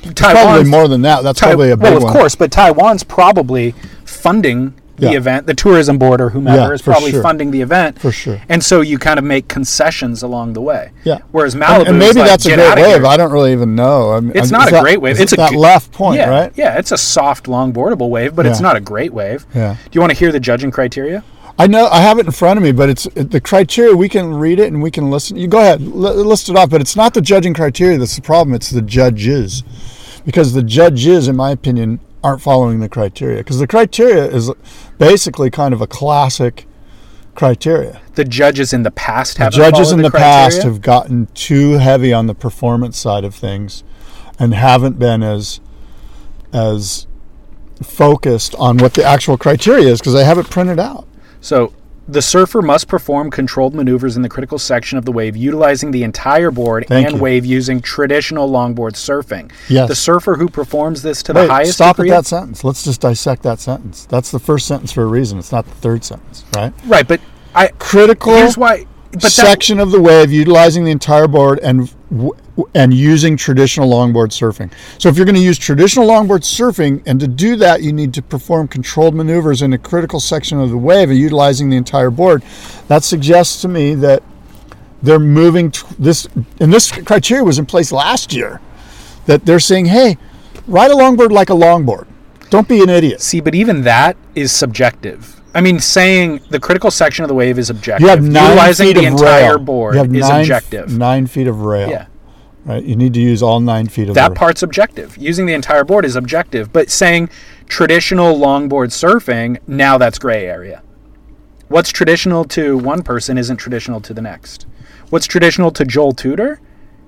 [SPEAKER 2] Probably
[SPEAKER 1] Taiwan's-
[SPEAKER 2] more than that. That's
[SPEAKER 1] Tai-
[SPEAKER 2] probably a big
[SPEAKER 1] well, of
[SPEAKER 2] one.
[SPEAKER 1] course, but Taiwan's probably funding the
[SPEAKER 2] Yeah.
[SPEAKER 1] event. The tourism board or whomever
[SPEAKER 2] Yeah,
[SPEAKER 1] is
[SPEAKER 2] for
[SPEAKER 1] probably
[SPEAKER 2] sure.
[SPEAKER 1] funding the event
[SPEAKER 2] For sure.
[SPEAKER 1] and so you kind of make concessions along the way.
[SPEAKER 2] Yeah.
[SPEAKER 1] Whereas
[SPEAKER 2] And-
[SPEAKER 1] Malibu,
[SPEAKER 2] and,
[SPEAKER 1] is
[SPEAKER 2] maybe
[SPEAKER 1] like,
[SPEAKER 2] that's a
[SPEAKER 1] "Get
[SPEAKER 2] great
[SPEAKER 1] outta here."
[SPEAKER 2] wave. I don't really even know. I mean,
[SPEAKER 1] It's
[SPEAKER 2] is
[SPEAKER 1] not a
[SPEAKER 2] that-
[SPEAKER 1] great wave.
[SPEAKER 2] is
[SPEAKER 1] It's a
[SPEAKER 2] that
[SPEAKER 1] good-
[SPEAKER 2] left point,
[SPEAKER 1] yeah,
[SPEAKER 2] right?
[SPEAKER 1] Yeah, it's a soft, long boardable wave, but it's
[SPEAKER 2] Yeah.
[SPEAKER 1] not a great wave.
[SPEAKER 2] Yeah.
[SPEAKER 1] Do you want to hear the judging criteria?
[SPEAKER 2] I know. I have it in front of me, but it's it, the criteria. We can read it and we can listen. You go ahead, l- list it off. But it's not the judging criteria that's the problem. It's the judges, because the judges, in my opinion, aren't following the criteria. Because the criteria is basically kind of a classic criteria.
[SPEAKER 1] The judges in the past have
[SPEAKER 2] Judges in the, past have gotten too heavy on the performance side of things, and haven't been as as focused on what the actual criteria is because they have it printed out.
[SPEAKER 1] So the surfer must perform controlled maneuvers in the critical section of the wave, utilizing the entire board
[SPEAKER 2] Thank
[SPEAKER 1] and
[SPEAKER 2] you.
[SPEAKER 1] wave using traditional longboard surfing.
[SPEAKER 2] Yes.
[SPEAKER 1] The surfer who performs this to the
[SPEAKER 2] Wait,
[SPEAKER 1] highest
[SPEAKER 2] stop
[SPEAKER 1] degree
[SPEAKER 2] at that sentence. Let's just dissect that sentence. That's the first sentence for a reason. It's not the third sentence, right?
[SPEAKER 1] right, but I
[SPEAKER 2] Critical
[SPEAKER 1] here's why. But that-
[SPEAKER 2] section of the wave utilizing the entire board and w- and using traditional longboard surfing. So if you're going to use traditional longboard surfing and to do that you need to perform controlled maneuvers in a critical section of the wave and utilizing the entire board. That suggests to me that they're moving t- this and this criteria was in place last year that they're saying, "Hey, ride a longboard like a longboard. Don't be an idiot."
[SPEAKER 1] see, but even that is subjective. I mean, saying the critical section of the wave is objective.
[SPEAKER 2] You have nine
[SPEAKER 1] utilizing
[SPEAKER 2] feet
[SPEAKER 1] the
[SPEAKER 2] of
[SPEAKER 1] entire
[SPEAKER 2] rail.
[SPEAKER 1] board
[SPEAKER 2] you have
[SPEAKER 1] is
[SPEAKER 2] nine,
[SPEAKER 1] objective.
[SPEAKER 2] Nine feet of rail.
[SPEAKER 1] Yeah.
[SPEAKER 2] Right. Uh, You need to use all nine feet of
[SPEAKER 1] that
[SPEAKER 2] rail.
[SPEAKER 1] part's objective. Using the entire board is objective, but saying traditional longboard surfing, now that's gray area. What's traditional to one person isn't traditional to the next. What's traditional to Joel Tudor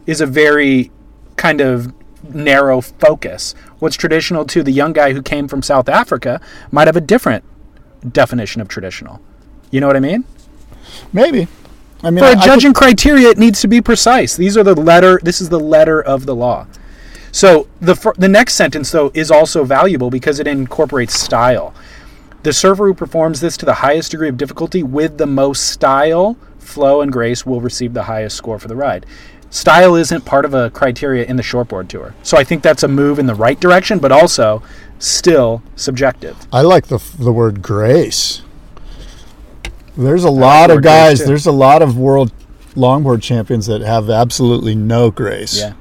[SPEAKER 1] is a very kind of narrow focus. What's traditional to the young guy who came from South Africa might have a different definition of traditional. You know what I mean?
[SPEAKER 2] Maybe. I mean,
[SPEAKER 1] For
[SPEAKER 2] I-
[SPEAKER 1] a
[SPEAKER 2] I
[SPEAKER 1] judging criteria, it needs to be precise. These are the letter. This is the letter of the law. So the fir- the next sentence though is also valuable because it incorporates style. The surfer who performs this to the highest degree of difficulty with the most style, flow, and grace will receive the highest score for the ride. Style isn't part of a criteria in the shortboard tour, so I think that's a move in the right direction, but also still subjective.
[SPEAKER 2] could- I like the the word grace. There's a lot
[SPEAKER 1] the
[SPEAKER 2] of
[SPEAKER 1] word grace,
[SPEAKER 2] guys.
[SPEAKER 1] too.
[SPEAKER 2] There's a lot of world longboard champions that have absolutely no grace.
[SPEAKER 1] Yeah.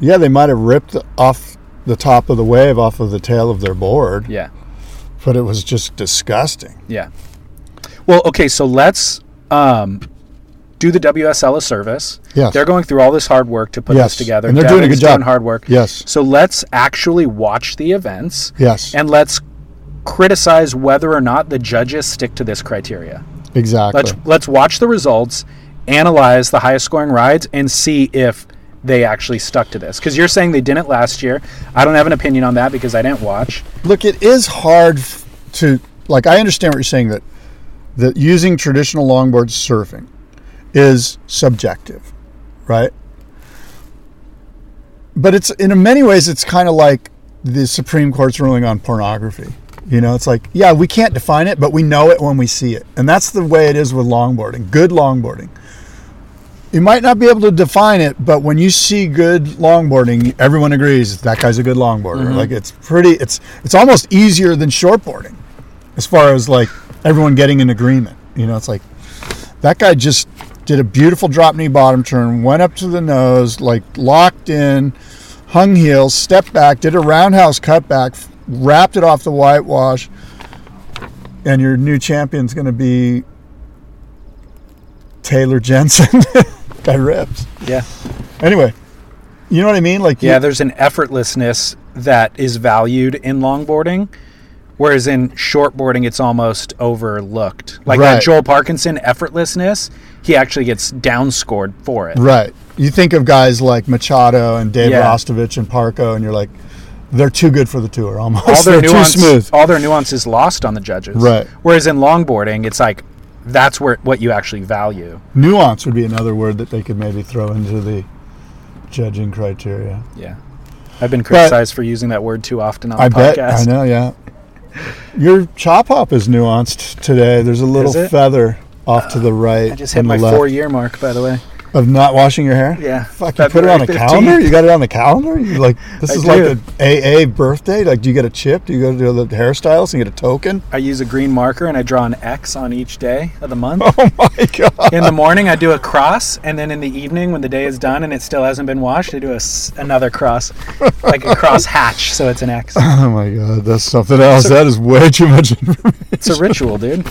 [SPEAKER 2] Yeah, they might have ripped off the top of the wave off of the tail of their board,
[SPEAKER 1] Yeah.
[SPEAKER 2] but it was just disgusting.
[SPEAKER 1] Yeah. Well, okay, so let's um, do the WSL a service.
[SPEAKER 2] Yes.
[SPEAKER 1] They're going through all this hard work to put
[SPEAKER 2] Yes.
[SPEAKER 1] this together.
[SPEAKER 2] And they're doing a
[SPEAKER 1] Devin's
[SPEAKER 2] good job.
[SPEAKER 1] Doing hard work.
[SPEAKER 2] Yes.
[SPEAKER 1] So let's actually watch the events.
[SPEAKER 2] Yes.
[SPEAKER 1] And let's criticize whether or not the judges stick to this criteria.
[SPEAKER 2] Exactly.
[SPEAKER 1] Let's let's watch the results, analyze the highest scoring rides, and see if they actually stuck to this. Because you're saying they didn't last year. I don't have an opinion on that because I didn't watch.
[SPEAKER 2] Look, it is hard f- to like. I understand what you're saying that that using traditional longboard surfing is subjective, right? But it's in many ways it's kind of like the Supreme Court's ruling on pornography. You know, it's like yeah, we can't define it, but we know it when we see it, and that's the way it is with longboarding. Good longboarding. You might not be able to define it, but when you see good longboarding, everyone agrees that guy's a good longboarder. Like it's pretty it's it's almost easier than shortboarding as far as like everyone getting an agreement. You know, it's like that guy just did a beautiful drop knee bottom turn, went up to the nose, like locked in, hung heel, stepped back, did a roundhouse cutback, wrapped it off the whitewash, and your new champion's going to be Taylor Jensen. guy rips.
[SPEAKER 1] Yeah.
[SPEAKER 2] Anyway, you know what I mean? Like,
[SPEAKER 1] Yeah, there's an effortlessness that is valued in longboarding, whereas in shortboarding, it's almost overlooked. Like
[SPEAKER 2] Right.
[SPEAKER 1] that Joel Parkinson effortlessness, he actually gets downscored for it.
[SPEAKER 2] Right. You think of guys like Machado and Dave
[SPEAKER 1] Yeah.
[SPEAKER 2] Rostovich and Parko, and you're like, they're too good for the tour almost.
[SPEAKER 1] All
[SPEAKER 2] (laughs)
[SPEAKER 1] their
[SPEAKER 2] they're
[SPEAKER 1] nuance,
[SPEAKER 2] too smooth.
[SPEAKER 1] all their nuance is lost on the judges.
[SPEAKER 2] Right.
[SPEAKER 1] Whereas in longboarding, it's like that's where what you actually value.
[SPEAKER 2] nuance would be another word that they could maybe throw into the judging criteria.
[SPEAKER 1] Yeah. I've been criticized for using that word too often on
[SPEAKER 2] I
[SPEAKER 1] the
[SPEAKER 2] bet.
[SPEAKER 1] podcast.
[SPEAKER 2] I know, yeah. Your chop hop is nuanced today. There's a little
[SPEAKER 1] Is it?
[SPEAKER 2] feather off to the right
[SPEAKER 1] I just hit
[SPEAKER 2] and
[SPEAKER 1] my
[SPEAKER 2] the left
[SPEAKER 1] four year mark, by the way.
[SPEAKER 2] of not washing your hair.
[SPEAKER 1] Yeah,
[SPEAKER 2] fuck. You put it on a
[SPEAKER 1] February 15th.
[SPEAKER 2] calendar. You got it on the calendar. You like this
[SPEAKER 1] I
[SPEAKER 2] is
[SPEAKER 1] do.
[SPEAKER 2] like the AA birthday. Like, do you get a chip? Do you go to the hairstylist and get a token? (laughs)
[SPEAKER 1] I use a green marker and I draw an X on each day of the month.
[SPEAKER 2] Oh my god.
[SPEAKER 1] in the morning I do a cross, and then in the evening when the day is done and it still hasn't been washed, I do a s another cross, like
[SPEAKER 2] (laughs)
[SPEAKER 1] a cross hatch, so it's an X.
[SPEAKER 2] Oh my god, that's something else. that is way too much (laughs) information.
[SPEAKER 1] It's a ritual, dude.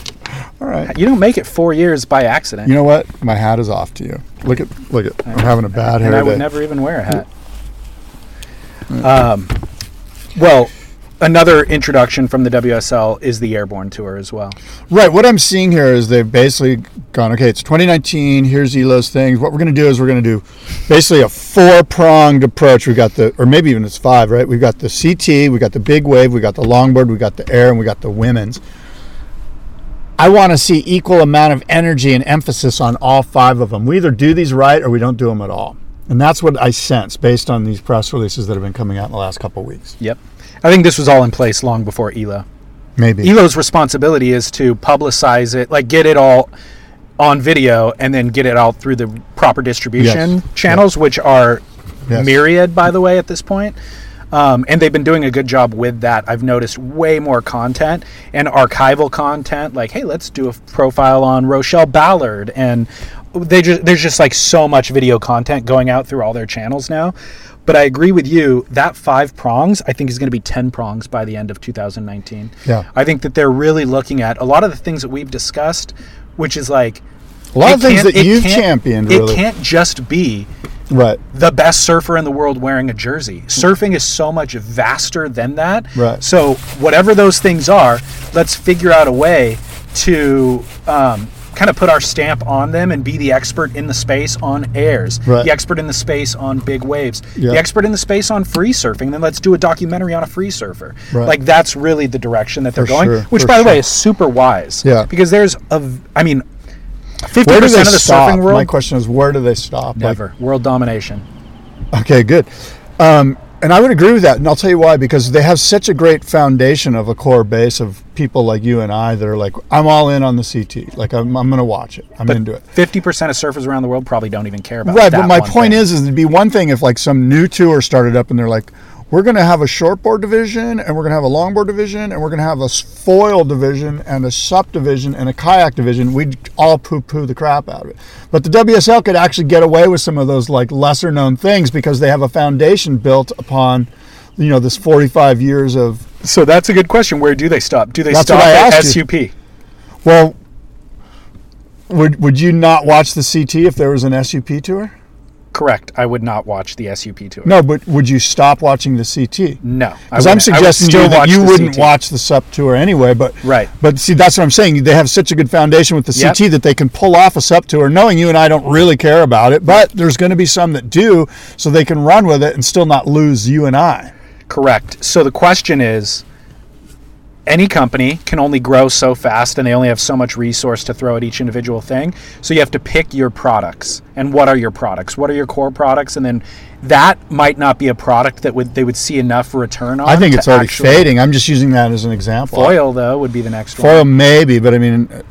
[SPEAKER 2] All right.
[SPEAKER 1] You don't make it four years by accident,
[SPEAKER 2] You know what? My hat is off to you. Look at look at. I'm having a bad hair
[SPEAKER 1] and I
[SPEAKER 2] day.
[SPEAKER 1] would never even wear a hat. Um, well, another introduction from the WSL is the airborne tour as well.
[SPEAKER 2] Right. What I'm seeing here is they've basically gone. Okay, it's 2019. Here's Elo's things. What we're going to do is we're going to do basically a four pronged approach. We've got the, or maybe even it's five. Right. We've got the CT. We got the big wave. We got the longboard. We got the air, and we got the women's. I want to see equal amount of energy and emphasis on all five of them. We either do these right or we don't do them at all. And that's what I sense based on these press releases that have been coming out in the last couple of weeks.
[SPEAKER 1] Yep, I think this was all in place long before Elo.
[SPEAKER 2] Maybe.
[SPEAKER 1] Elo's responsibility is to publicize it, like get it all on video and then get it out through the proper distribution
[SPEAKER 2] Yes.
[SPEAKER 1] channels, which are
[SPEAKER 2] Yes.
[SPEAKER 1] myriad, by the way, at this point. Um, and they've been doing a good job with that. I've noticed way more content and archival content, like, hey, let's do a profile on Rochelle Ballard, and they just there's just like so much video content going out through all their channels now. But I agree with you. That five prongs, I think, is going to be ten prongs by the end of 2019.
[SPEAKER 2] Yeah.
[SPEAKER 1] I think that they're really looking at a lot of the things that we've discussed, which is like
[SPEAKER 2] A lot of
[SPEAKER 1] it
[SPEAKER 2] things
[SPEAKER 1] can't-
[SPEAKER 2] that
[SPEAKER 1] it
[SPEAKER 2] you've
[SPEAKER 1] can't-
[SPEAKER 2] championed,
[SPEAKER 1] It
[SPEAKER 2] really.
[SPEAKER 1] can't just be
[SPEAKER 2] Right.
[SPEAKER 1] the best surfer in the world wearing a jersey. Surfing is so much vaster than that.
[SPEAKER 2] Right.
[SPEAKER 1] So whatever those things are, let's figure out a way to um, kind of put our stamp on them and be the expert in the space on airs,
[SPEAKER 2] Right.
[SPEAKER 1] the expert in the space on big waves,
[SPEAKER 2] Yeah.
[SPEAKER 1] the expert in the space on free surfing. Then let's do a documentary on a free surfer.
[SPEAKER 2] Right.
[SPEAKER 1] Like that's really the direction that they're
[SPEAKER 2] For
[SPEAKER 1] going.
[SPEAKER 2] sure,
[SPEAKER 1] Which,
[SPEAKER 2] for
[SPEAKER 1] by the way,
[SPEAKER 2] sure.
[SPEAKER 1] is super wise.
[SPEAKER 2] Yeah.
[SPEAKER 1] Because there's a, v- I mean, fifty
[SPEAKER 2] Where do they
[SPEAKER 1] percent of the
[SPEAKER 2] stop?
[SPEAKER 1] surfing world.
[SPEAKER 2] My question is, where do they stop? Like,
[SPEAKER 1] Never world domination.
[SPEAKER 2] Okay, good. Um, and I would agree with that, and I'll tell you why. Because they have such a great foundation of a core base of people like you and I that are like, I'm all in on the CT. Like, I'm, I'm going to watch it. I'm into it.
[SPEAKER 1] Fifty percent of surfers around the world probably don't even care about
[SPEAKER 2] Right.
[SPEAKER 1] that
[SPEAKER 2] But my
[SPEAKER 1] one
[SPEAKER 2] point
[SPEAKER 1] thing.
[SPEAKER 2] is, is it'd be one thing if like some new tour started up and they're like, we're going to have a shortboard division, and we're going to have a longboard division, and we're going to have a s- foil division, and a sup division, and a kayak division. We'd all poo-poo the crap out of it. But the WSL could actually get away with some of those like lesser-known things because they have a foundation built upon, you know, this 45 years of
[SPEAKER 1] so that's a good question. Where do they stop? Do they
[SPEAKER 2] That's
[SPEAKER 1] stop
[SPEAKER 2] what I
[SPEAKER 1] at
[SPEAKER 2] asked you.
[SPEAKER 1] SUP?
[SPEAKER 2] Well, Would Would you not watch the CT if there was an SUP tour?
[SPEAKER 1] Correct. I would not watch the SUP tour.
[SPEAKER 2] No, but would you stop watching the CT?
[SPEAKER 1] No.
[SPEAKER 2] Because I'm suggesting to you that you wouldn't watch the SUP tour anyway, but
[SPEAKER 1] Right.
[SPEAKER 2] But see, that's what I'm saying. They have such a good foundation with the
[SPEAKER 1] Yep.
[SPEAKER 2] CT that they can pull off a SUP tour, knowing you and I don't really care about it. But there's going to be some that do, so they can run with it and still not lose you and I.
[SPEAKER 1] Correct. So the question is any company can only grow so fast and they only have so much resource to throw at each individual thing. So you have to pick your products. And what are your products? What are your core products? And then that might not be a product that would they would see enough return on.
[SPEAKER 2] I think it's
[SPEAKER 1] to
[SPEAKER 2] already
[SPEAKER 1] actually-
[SPEAKER 2] fading. I'm just using that as an example.
[SPEAKER 1] Foil though would be the next
[SPEAKER 2] Foil,
[SPEAKER 1] one.
[SPEAKER 2] maybe, but I mean, uh,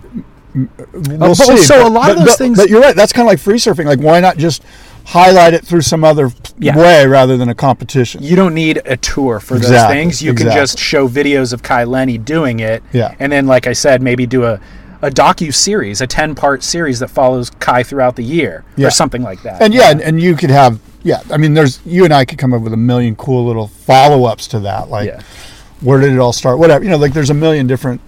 [SPEAKER 2] m- we'll
[SPEAKER 1] but-
[SPEAKER 2] see.
[SPEAKER 1] so a
[SPEAKER 2] Uh, But-
[SPEAKER 1] lot of
[SPEAKER 2] but-
[SPEAKER 1] those
[SPEAKER 2] but-
[SPEAKER 1] things-
[SPEAKER 2] But you're right. That's kind of like free surfing. Like, why not just highlight it through some other
[SPEAKER 1] Yeah.
[SPEAKER 2] way rather than a competition?
[SPEAKER 1] You don't need a tour for those
[SPEAKER 2] Exactly,
[SPEAKER 1] things. You
[SPEAKER 2] exactly.
[SPEAKER 1] can just show videos of Kai Lenny doing it.
[SPEAKER 2] Yeah.
[SPEAKER 1] And then like I said, maybe do a a docu series, a ten part series that follows Kai throughout the year.
[SPEAKER 2] Yeah.
[SPEAKER 1] Or something like that.
[SPEAKER 2] And yeah, And, and you could have yeah. I mean, there's you and I could come up with a million cool little follow ups to that. Like,
[SPEAKER 1] Yeah.
[SPEAKER 2] where did it all start? Whatever you know. Like, there's a million different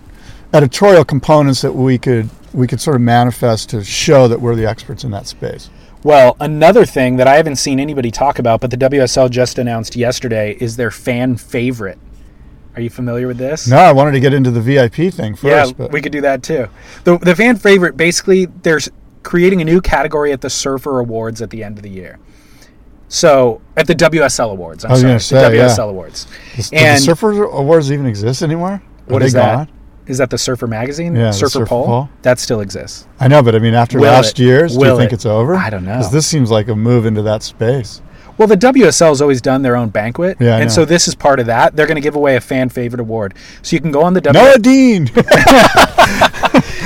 [SPEAKER 2] editorial components that we could we could sort of manifest to show that we're the experts in that space.
[SPEAKER 1] Well, another thing that I haven't seen anybody talk about, but the WSL just announced yesterday, is their fan favorite. Are you familiar with this?
[SPEAKER 2] No, I wanted to get into the VIP thing first.
[SPEAKER 1] Yeah,
[SPEAKER 2] but
[SPEAKER 1] we could do that too. The, the fan favorite basically, there's creating a new category at the Surfer Awards at the end of the year. So at the WSL Awards, I'm
[SPEAKER 2] was
[SPEAKER 1] sorry,
[SPEAKER 2] gonna say,
[SPEAKER 1] the
[SPEAKER 2] yeah.
[SPEAKER 1] WSL Awards.
[SPEAKER 2] Does, do
[SPEAKER 1] and
[SPEAKER 2] the Surfer Awards even exist anymore? Are
[SPEAKER 1] what
[SPEAKER 2] they
[SPEAKER 1] is that?
[SPEAKER 2] gone?
[SPEAKER 1] Is that the Surfer magazine?
[SPEAKER 2] Yeah, the
[SPEAKER 1] Surfer,
[SPEAKER 2] Surfer
[SPEAKER 1] Poll?
[SPEAKER 2] Poll.
[SPEAKER 1] That still exists.
[SPEAKER 2] I know, but I mean, after
[SPEAKER 1] Will
[SPEAKER 2] last
[SPEAKER 1] it?
[SPEAKER 2] year's, do you
[SPEAKER 1] Will
[SPEAKER 2] think
[SPEAKER 1] it?
[SPEAKER 2] it's over?
[SPEAKER 1] I don't know.
[SPEAKER 2] Because this seems like a move into that space.
[SPEAKER 1] Well, the WSL's always done their own banquet,
[SPEAKER 2] Yeah, I
[SPEAKER 1] and
[SPEAKER 2] know.
[SPEAKER 1] so this is part of that. They're going to give away a fan favorite award, so you can go on the WSL.
[SPEAKER 2] Noah Dean,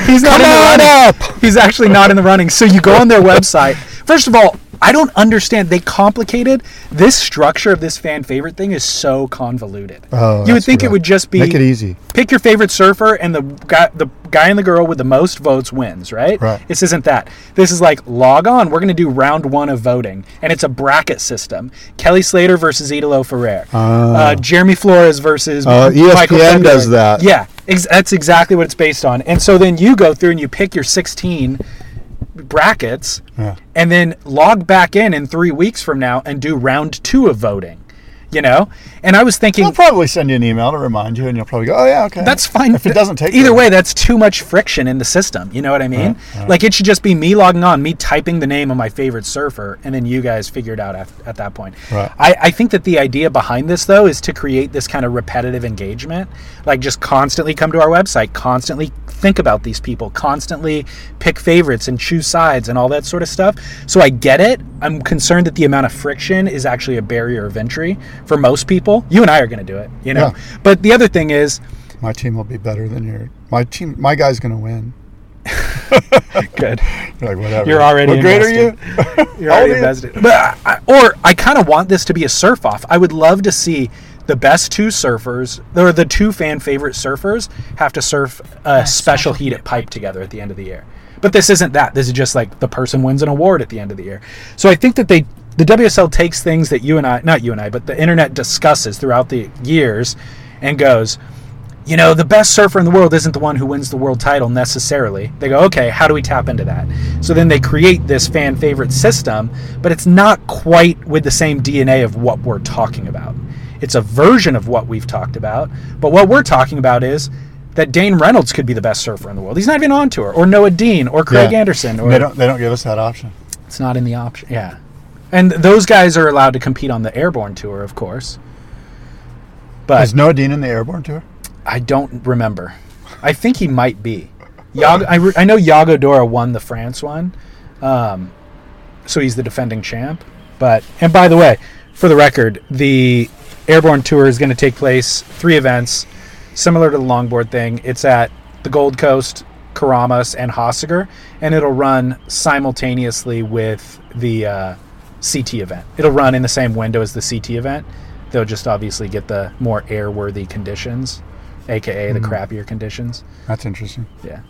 [SPEAKER 1] He's not
[SPEAKER 2] Come
[SPEAKER 1] in the
[SPEAKER 2] on
[SPEAKER 1] running.
[SPEAKER 2] up!
[SPEAKER 1] He's actually not in the running. So you go on their website. First of all, I don't understand. They complicated this structure of this fan favorite thing is so convoluted.
[SPEAKER 2] Oh,
[SPEAKER 1] you would
[SPEAKER 2] that's
[SPEAKER 1] think
[SPEAKER 2] real.
[SPEAKER 1] it would just be
[SPEAKER 2] Make it easy.
[SPEAKER 1] Pick your favorite surfer, and the guy, the guy and the girl with the most votes wins. Right?
[SPEAKER 2] Right.
[SPEAKER 1] This isn't that. This is like log on. We're going to do round one of voting, and it's a bracket system. Kelly Slater versus Italo Ferrer.
[SPEAKER 2] Oh.
[SPEAKER 1] Uh, Jeremy Flores versus
[SPEAKER 2] Uh,
[SPEAKER 1] Michael
[SPEAKER 2] ESPN does
[SPEAKER 1] Fenderich.
[SPEAKER 2] that.
[SPEAKER 1] Yeah, ex- that's exactly what it's based on. And so then you go through and you pick your 16 brackets and then log back in in three weeks from now and do round two of voting, you know? And I was thinking,
[SPEAKER 2] I'll probably send you an email to remind you, and you'll probably go, "Oh yeah, okay."
[SPEAKER 1] that's fine.
[SPEAKER 2] If it doesn't take
[SPEAKER 1] either
[SPEAKER 2] very
[SPEAKER 1] way, that's too much friction in the system. You know what I mean? Like it should just be me logging on, me typing the name of my favorite surfer, and then you guys figure it out at, at that point.
[SPEAKER 2] Right.
[SPEAKER 1] I, I think that the idea behind this though is to create this kind of repetitive engagement. Like just constantly come to our website, constantly think about these people, constantly pick favorites and choose sides and all that sort of stuff. So I get it. I'm concerned that the amount of friction is actually a barrier of entry for most people. You and I are going to do it, you know.
[SPEAKER 2] Yeah.
[SPEAKER 1] But the other thing is.
[SPEAKER 2] my team will be better than your. My team, my guy's going to win.
[SPEAKER 1] Good.
[SPEAKER 2] You're like whatever.
[SPEAKER 1] You're already
[SPEAKER 2] What grade are you?
[SPEAKER 1] invested. You're already
[SPEAKER 2] Oh, yeah.
[SPEAKER 1] invested. But I, I- or I kind of want this to be a surf off. I would love to see the best two surfers or the two fan favorite surfers have to surf a special heat at pipe together at the end of the year. But this isn't that. This is just like the person wins an award at the end of the year. So I think that they the WSL takes things that you and I not you and I, but the internet discusses throughout the years and goes, you know, the best surfer in the world isn't the one who wins the world title necessarily. They go, okay, how do we tap into that? So then they create this fan favorite system, but it's not quite with the same DNA of what we're talking about. It's a version of what we've talked about, but what we're talking about is that Dane Reynolds could be the best surfer in the world. He's not even on tour, or Noah Dean, or Craig
[SPEAKER 2] Yeah.
[SPEAKER 1] Anderson, or
[SPEAKER 2] They don't. They don't give us that option.
[SPEAKER 1] it's not in the option. Yeah, and those guys are allowed to compete on the airborne tour, of course. But
[SPEAKER 2] Is Noah Dean in the airborne tour?
[SPEAKER 1] I don't remember. I think he might be. Yago, I, re- I know Yago Dora won the France one, um, so he's the defending champ. But and by the way, for the record, the airborne tour is going to take place three events, similar to the longboard thing. It's at the Gold Coast, Karamas, and Hossiger, and it'll run simultaneously with the uh, CT event. It'll run in the same window as the CT event. They'll just obviously get the more airworthy conditions, aka
[SPEAKER 2] Hmm.
[SPEAKER 1] the crappier conditions.
[SPEAKER 2] That's interesting.
[SPEAKER 1] Yeah.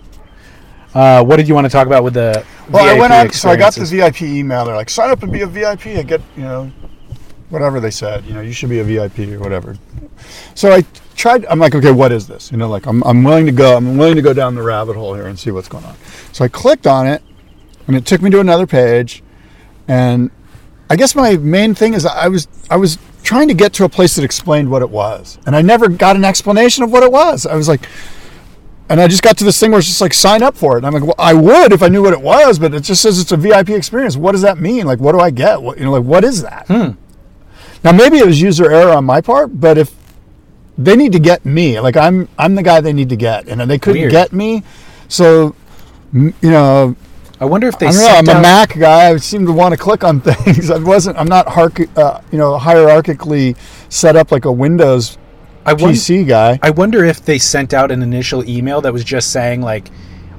[SPEAKER 1] Uh, what did you want to talk about with the?
[SPEAKER 2] Well, I
[SPEAKER 1] VIP
[SPEAKER 2] went on, so I got the
[SPEAKER 1] experiences?
[SPEAKER 2] VIP email. They're like, sign up and be a VIP. I get, you know, whatever they said, you know, you should be a VIP or whatever. So I tried, I'm like, okay, what is this? You know, like I'm, I'm willing to go, I'm willing to go down the rabbit hole here and see what's going on. So I clicked on it and it took me to another page. And I guess my main thing is I was, I was trying to get to a place that explained what it was. And I never got an explanation of what it was. I was like, and I just got to this thing where it's just like sign up for it. And I'm like, well, I would if I knew what it was, but it just says it's a VIP experience. What does that mean? Like, what do I get? What, you know, like what is that? Now maybe it was user error on my part, but if they need to get me, like I'm, I'm the guy they need to get, and they couldn't
[SPEAKER 1] Weird.
[SPEAKER 2] get me, so m- you know,
[SPEAKER 1] I wonder if they.
[SPEAKER 2] I don't know.
[SPEAKER 1] sent
[SPEAKER 2] I'm a
[SPEAKER 1] out-
[SPEAKER 2] Mac guy. I seem to want to click on (laughs) things. I wasn't. I'm not hierarch- uh, you know, hierarchically set up like a Windows
[SPEAKER 1] I won-
[SPEAKER 2] PC guy.
[SPEAKER 1] I wonder if they sent out an initial email that was just saying like,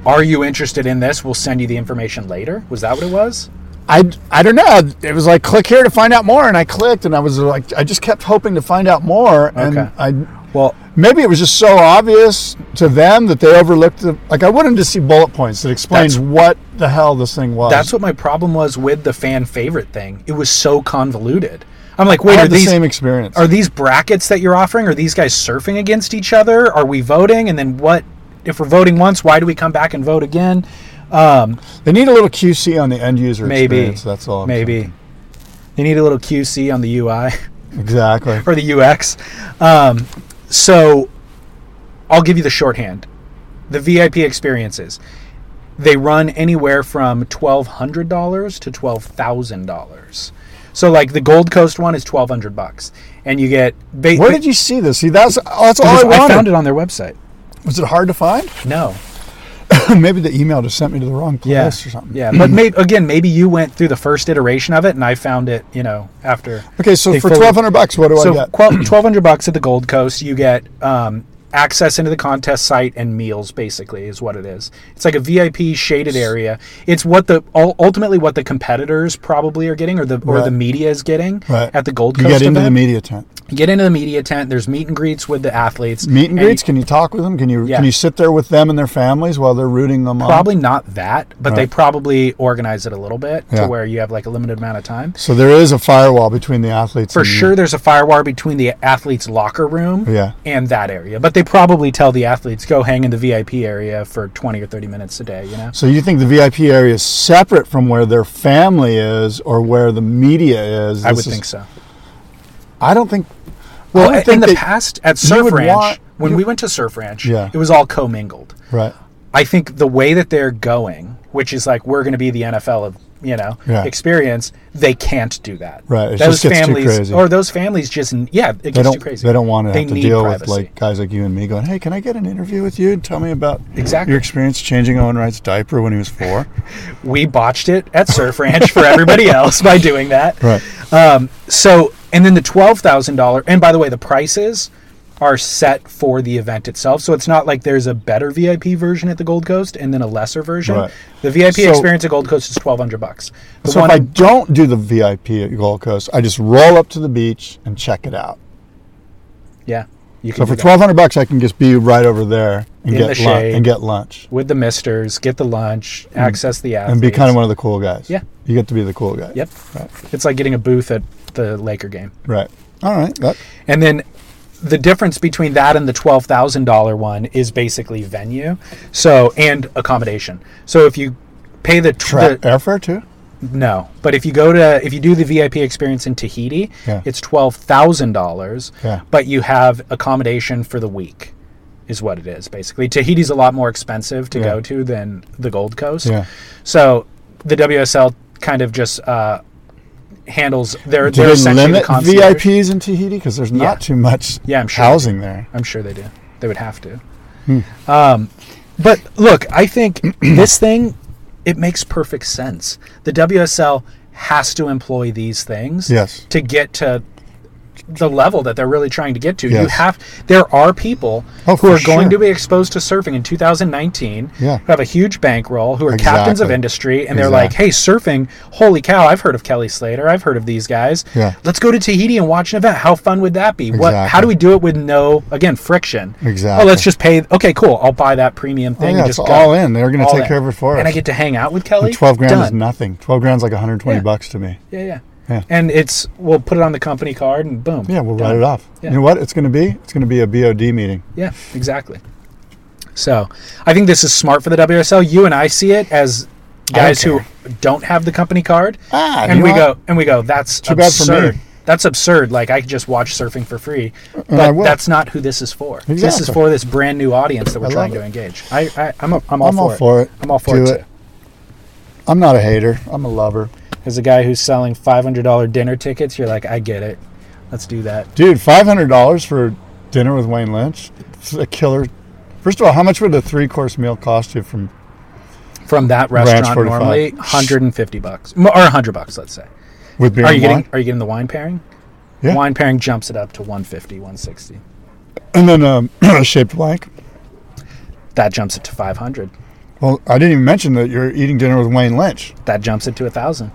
[SPEAKER 1] "Are you interested in this? We'll send you the information later." Was that what it was?
[SPEAKER 2] I, I don't know. It was like click here to find out more, and I clicked, and I was like, I just kept hoping to find out more, and
[SPEAKER 1] Okay.
[SPEAKER 2] I
[SPEAKER 1] Well,
[SPEAKER 2] maybe it was just so obvious to them that they overlooked the like. I wanted to see bullet points that explains
[SPEAKER 1] That's-
[SPEAKER 2] what the hell this thing was.
[SPEAKER 1] that's what my problem was with the fan favorite thing. It was so convoluted. I'm like,
[SPEAKER 2] I
[SPEAKER 1] wait, are
[SPEAKER 2] had the
[SPEAKER 1] these
[SPEAKER 2] same experience.
[SPEAKER 1] are these brackets that you're offering? Are these guys surfing against each other? Are we voting? And then what? If we're voting once, why do we come back and vote again?
[SPEAKER 2] they need a little QC on the end user
[SPEAKER 1] Maybe
[SPEAKER 2] experience. That's all. I'm
[SPEAKER 1] maybe they need a little QC on the UI.
[SPEAKER 2] saying. Exactly.
[SPEAKER 1] (laughs) or the UX. Um, so I'll give you the shorthand. The VIP experiences. They run anywhere from twelve hundred dollars to twelve thousand dollars. So like the Gold Coast one is twelve hundred bucks, and you get. Ba-
[SPEAKER 2] Where did you see this? See, that's that's all I
[SPEAKER 1] I,
[SPEAKER 2] wanted.
[SPEAKER 1] found it on their website.
[SPEAKER 2] Was it hard to find? (laughs)
[SPEAKER 1] No.
[SPEAKER 2] maybe the email just sent me to the wrong place
[SPEAKER 1] Yeah.
[SPEAKER 2] or something.
[SPEAKER 1] Yeah,
[SPEAKER 2] (clears throat)
[SPEAKER 1] but maybe again, maybe you went through the first iteration of it, and I found it. You know, after.
[SPEAKER 2] Okay, so
[SPEAKER 1] they
[SPEAKER 2] for
[SPEAKER 1] fully-
[SPEAKER 2] twelve hundred bucks, what do I
[SPEAKER 1] so
[SPEAKER 2] get?
[SPEAKER 1] twelve hundred bucks at the Gold Coast, you get um, access into the contest site and meals. Basically, is what it is. It's like a VIP shaded area. It's what the ul- ultimately what the competitors probably are getting, or the or
[SPEAKER 2] Right.
[SPEAKER 1] the media is getting
[SPEAKER 2] Right.
[SPEAKER 1] at the Gold
[SPEAKER 2] you
[SPEAKER 1] Coast.
[SPEAKER 2] get into the
[SPEAKER 1] event.
[SPEAKER 2] media tent.
[SPEAKER 1] You get into the media tent. There's meet and greets with the athletes.
[SPEAKER 2] Meet and
[SPEAKER 1] you-
[SPEAKER 2] greets. can you talk with them? Can you
[SPEAKER 1] Yeah.
[SPEAKER 2] can you sit there with them and their families while they're rooting them on?
[SPEAKER 1] Probably not that, but they probably organize it a little bit
[SPEAKER 2] Yeah.
[SPEAKER 1] to where you have like a limited amount of time.
[SPEAKER 2] So there is a firewall between the athletes.
[SPEAKER 1] for
[SPEAKER 2] and you.
[SPEAKER 1] sure there's a firewire between the athletes locker room
[SPEAKER 2] Yeah.
[SPEAKER 1] and that area but they probably tell the athletes go hang in the vip area for 20 or 30 minutes a day you know
[SPEAKER 2] So you think the VIP area is separate from where their family is or where the media is?
[SPEAKER 1] i would
[SPEAKER 2] This is-
[SPEAKER 1] think so
[SPEAKER 2] I don't think.
[SPEAKER 1] well
[SPEAKER 2] I don't
[SPEAKER 1] in
[SPEAKER 2] think
[SPEAKER 1] the
[SPEAKER 2] that-
[SPEAKER 1] past at
[SPEAKER 2] you
[SPEAKER 1] surf
[SPEAKER 2] would
[SPEAKER 1] ranch
[SPEAKER 2] want-
[SPEAKER 1] when
[SPEAKER 2] you-
[SPEAKER 1] we went to surf ranch
[SPEAKER 2] Yeah.
[SPEAKER 1] it was all commingled
[SPEAKER 2] Right.
[SPEAKER 1] i think the way that they're going which is like we're going to be the nfl of you know
[SPEAKER 2] Yeah.
[SPEAKER 1] experience they can't do that
[SPEAKER 2] Right, it
[SPEAKER 1] those
[SPEAKER 2] just gets too
[SPEAKER 1] families
[SPEAKER 2] crazy.
[SPEAKER 1] or those families just yeah it
[SPEAKER 2] They
[SPEAKER 1] gets
[SPEAKER 2] don't.
[SPEAKER 1] too crazy
[SPEAKER 2] They don't want to
[SPEAKER 1] They
[SPEAKER 2] have to
[SPEAKER 1] need
[SPEAKER 2] deal with
[SPEAKER 1] privacy.
[SPEAKER 2] like guys like you and me going, "Hey, can I get an interview with you and tell me about
[SPEAKER 1] Exactly.
[SPEAKER 2] your experience changing Owen Wright's diaper when he was four?
[SPEAKER 1] (laughs) we botched it at Surf Ranch
[SPEAKER 2] (laughs)
[SPEAKER 1] for everybody else by doing that.
[SPEAKER 2] Right.
[SPEAKER 1] Um, so, and then the twelve thousand dollar, and by the way, the prices are set for the event itself. So it's not like there's a better VIP version at the Gold Coast and then a lesser version.
[SPEAKER 2] Right.
[SPEAKER 1] The VIP
[SPEAKER 2] So-
[SPEAKER 1] experience at Gold Coast is twelve hundred bucks. The
[SPEAKER 2] So
[SPEAKER 1] one
[SPEAKER 2] if I don't do the VIP at Gold Coast, I just roll up to the beach and check it out.
[SPEAKER 1] yeah, you can
[SPEAKER 2] So
[SPEAKER 1] do
[SPEAKER 2] for
[SPEAKER 1] that.
[SPEAKER 2] twelve hundred bucks, I can just be right over there and
[SPEAKER 1] In
[SPEAKER 2] get
[SPEAKER 1] the
[SPEAKER 2] lunch
[SPEAKER 1] shade.
[SPEAKER 2] and get lunch
[SPEAKER 1] with the misters, get the lunch, access the athletes,
[SPEAKER 2] Mm. and be kind of one of the cool guys.
[SPEAKER 1] Yeah.
[SPEAKER 2] you get to be the cool guy.
[SPEAKER 1] Yep,
[SPEAKER 2] Right.
[SPEAKER 1] it's like getting a booth at the Laker game.
[SPEAKER 2] Right. All right. That,
[SPEAKER 1] And then the difference between that and the twelve thousand dollar one is basically venue, so and accommodation. So if you pay the, tw-
[SPEAKER 2] tra- uh,
[SPEAKER 1] the
[SPEAKER 2] airfare too.
[SPEAKER 1] no, but if you go to if you do the VIP experience in Tahiti,
[SPEAKER 2] Yeah.
[SPEAKER 1] it's twelve thousand dollars.
[SPEAKER 2] Yeah.
[SPEAKER 1] But you have accommodation for the week, is what it is basically. Tahiti's a lot more expensive to
[SPEAKER 2] Yeah.
[SPEAKER 1] go to than the Gold Coast.
[SPEAKER 2] Yeah.
[SPEAKER 1] So the WSL kind of just uh, handles their
[SPEAKER 2] Do
[SPEAKER 1] their
[SPEAKER 2] they
[SPEAKER 1] essentially the
[SPEAKER 2] limit
[SPEAKER 1] concierge.
[SPEAKER 2] VIPs in Tahiti because there's not
[SPEAKER 1] Yeah.
[SPEAKER 2] too much
[SPEAKER 1] Yeah, I'm sure they
[SPEAKER 2] housing there? Hmm.
[SPEAKER 1] I'm sure they do. They would have to. Um, but look, I think (clears throat) this thing it makes perfect sense. The WSL has to employ these things
[SPEAKER 2] Yes.
[SPEAKER 1] to get to the level that they're really trying to get to. You
[SPEAKER 2] Yes.
[SPEAKER 1] have there are people
[SPEAKER 2] Oh, for
[SPEAKER 1] who are going
[SPEAKER 2] sure.
[SPEAKER 1] to be exposed to surfing in 2019
[SPEAKER 2] Yeah.
[SPEAKER 1] who have a huge bankroll, who are captains of
[SPEAKER 2] Exactly.
[SPEAKER 1] industry and they're like, "Hey, surfing, holy cow, I've heard of Kelly Slater, I've heard of these guys.
[SPEAKER 2] Yeah.
[SPEAKER 1] Let's go to Tahiti and watch an event. How fun would that be? What how
[SPEAKER 2] Exactly.
[SPEAKER 1] do we do it with no again friction.
[SPEAKER 2] Exactly. Oh,
[SPEAKER 1] Oh, let's just pay. Okay, cool. I'll buy that premium thing.
[SPEAKER 2] yeah,
[SPEAKER 1] and
[SPEAKER 2] it's
[SPEAKER 1] just
[SPEAKER 2] all
[SPEAKER 1] go.
[SPEAKER 2] in. They're gonna
[SPEAKER 1] All
[SPEAKER 2] take care of it for
[SPEAKER 1] And I
[SPEAKER 2] us.
[SPEAKER 1] get to hang out with Kelly.
[SPEAKER 2] Twelve grand is
[SPEAKER 1] Done.
[SPEAKER 2] nothing. Twelve grand's like 120
[SPEAKER 1] Yeah.
[SPEAKER 2] bucks to me.
[SPEAKER 1] Yeah, yeah.
[SPEAKER 2] Yeah.
[SPEAKER 1] And it's we'll put it on the company card and boom.
[SPEAKER 2] Yeah, we'll
[SPEAKER 1] done.
[SPEAKER 2] write it off.
[SPEAKER 1] Yeah.
[SPEAKER 2] You know what it's going to be? It's going to be a BOD meeting.
[SPEAKER 1] Yeah, exactly. So I think this is smart for the WSL. You and I see it as guys who don't have the company card,
[SPEAKER 2] Ah,
[SPEAKER 1] and
[SPEAKER 2] you
[SPEAKER 1] we
[SPEAKER 2] know
[SPEAKER 1] go and we go. That's
[SPEAKER 2] Too bad for me."
[SPEAKER 1] absurd. That's absurd. Like I could just watch surfing for free,
[SPEAKER 2] Uh, I
[SPEAKER 1] but
[SPEAKER 2] will.
[SPEAKER 1] that's not who this is for. This is
[SPEAKER 2] Exactly.
[SPEAKER 1] for this brand new audience that we're
[SPEAKER 2] I
[SPEAKER 1] trying
[SPEAKER 2] love
[SPEAKER 1] to
[SPEAKER 2] it.
[SPEAKER 1] engage. I, I I'm, a, I'm all,
[SPEAKER 2] I'm
[SPEAKER 1] for,
[SPEAKER 2] all
[SPEAKER 1] it.
[SPEAKER 2] for it.
[SPEAKER 1] I'm all for
[SPEAKER 2] Do
[SPEAKER 1] it,
[SPEAKER 2] it.
[SPEAKER 1] too.
[SPEAKER 2] I'm not a hater. I'm a lover.
[SPEAKER 1] As a guy who's selling five hundred dollar dinner tickets, you're like, I get it. Let's do that.
[SPEAKER 2] Dude, five hundred dollars for dinner with Wayne Lynch. It's a killer. First of all, how much would a three course meal cost you from
[SPEAKER 1] From that
[SPEAKER 2] Ranch
[SPEAKER 1] restaurant,
[SPEAKER 2] 45.
[SPEAKER 1] normally 150 bucks M- or 100 bucks, let's say.
[SPEAKER 2] with beer
[SPEAKER 1] Are
[SPEAKER 2] and
[SPEAKER 1] you
[SPEAKER 2] wine?
[SPEAKER 1] getting Are you getting the wine pairing?
[SPEAKER 2] Yeah.
[SPEAKER 1] Wine pairing jumps it up to 150, 160.
[SPEAKER 2] And then um, (clears throat) a shaped blank.
[SPEAKER 1] That jumps it to 500.
[SPEAKER 2] Well, I didn't even mention that you're eating dinner with Wayne Lynch.
[SPEAKER 1] That jumps it
[SPEAKER 2] (laughs)
[SPEAKER 1] to 1,000.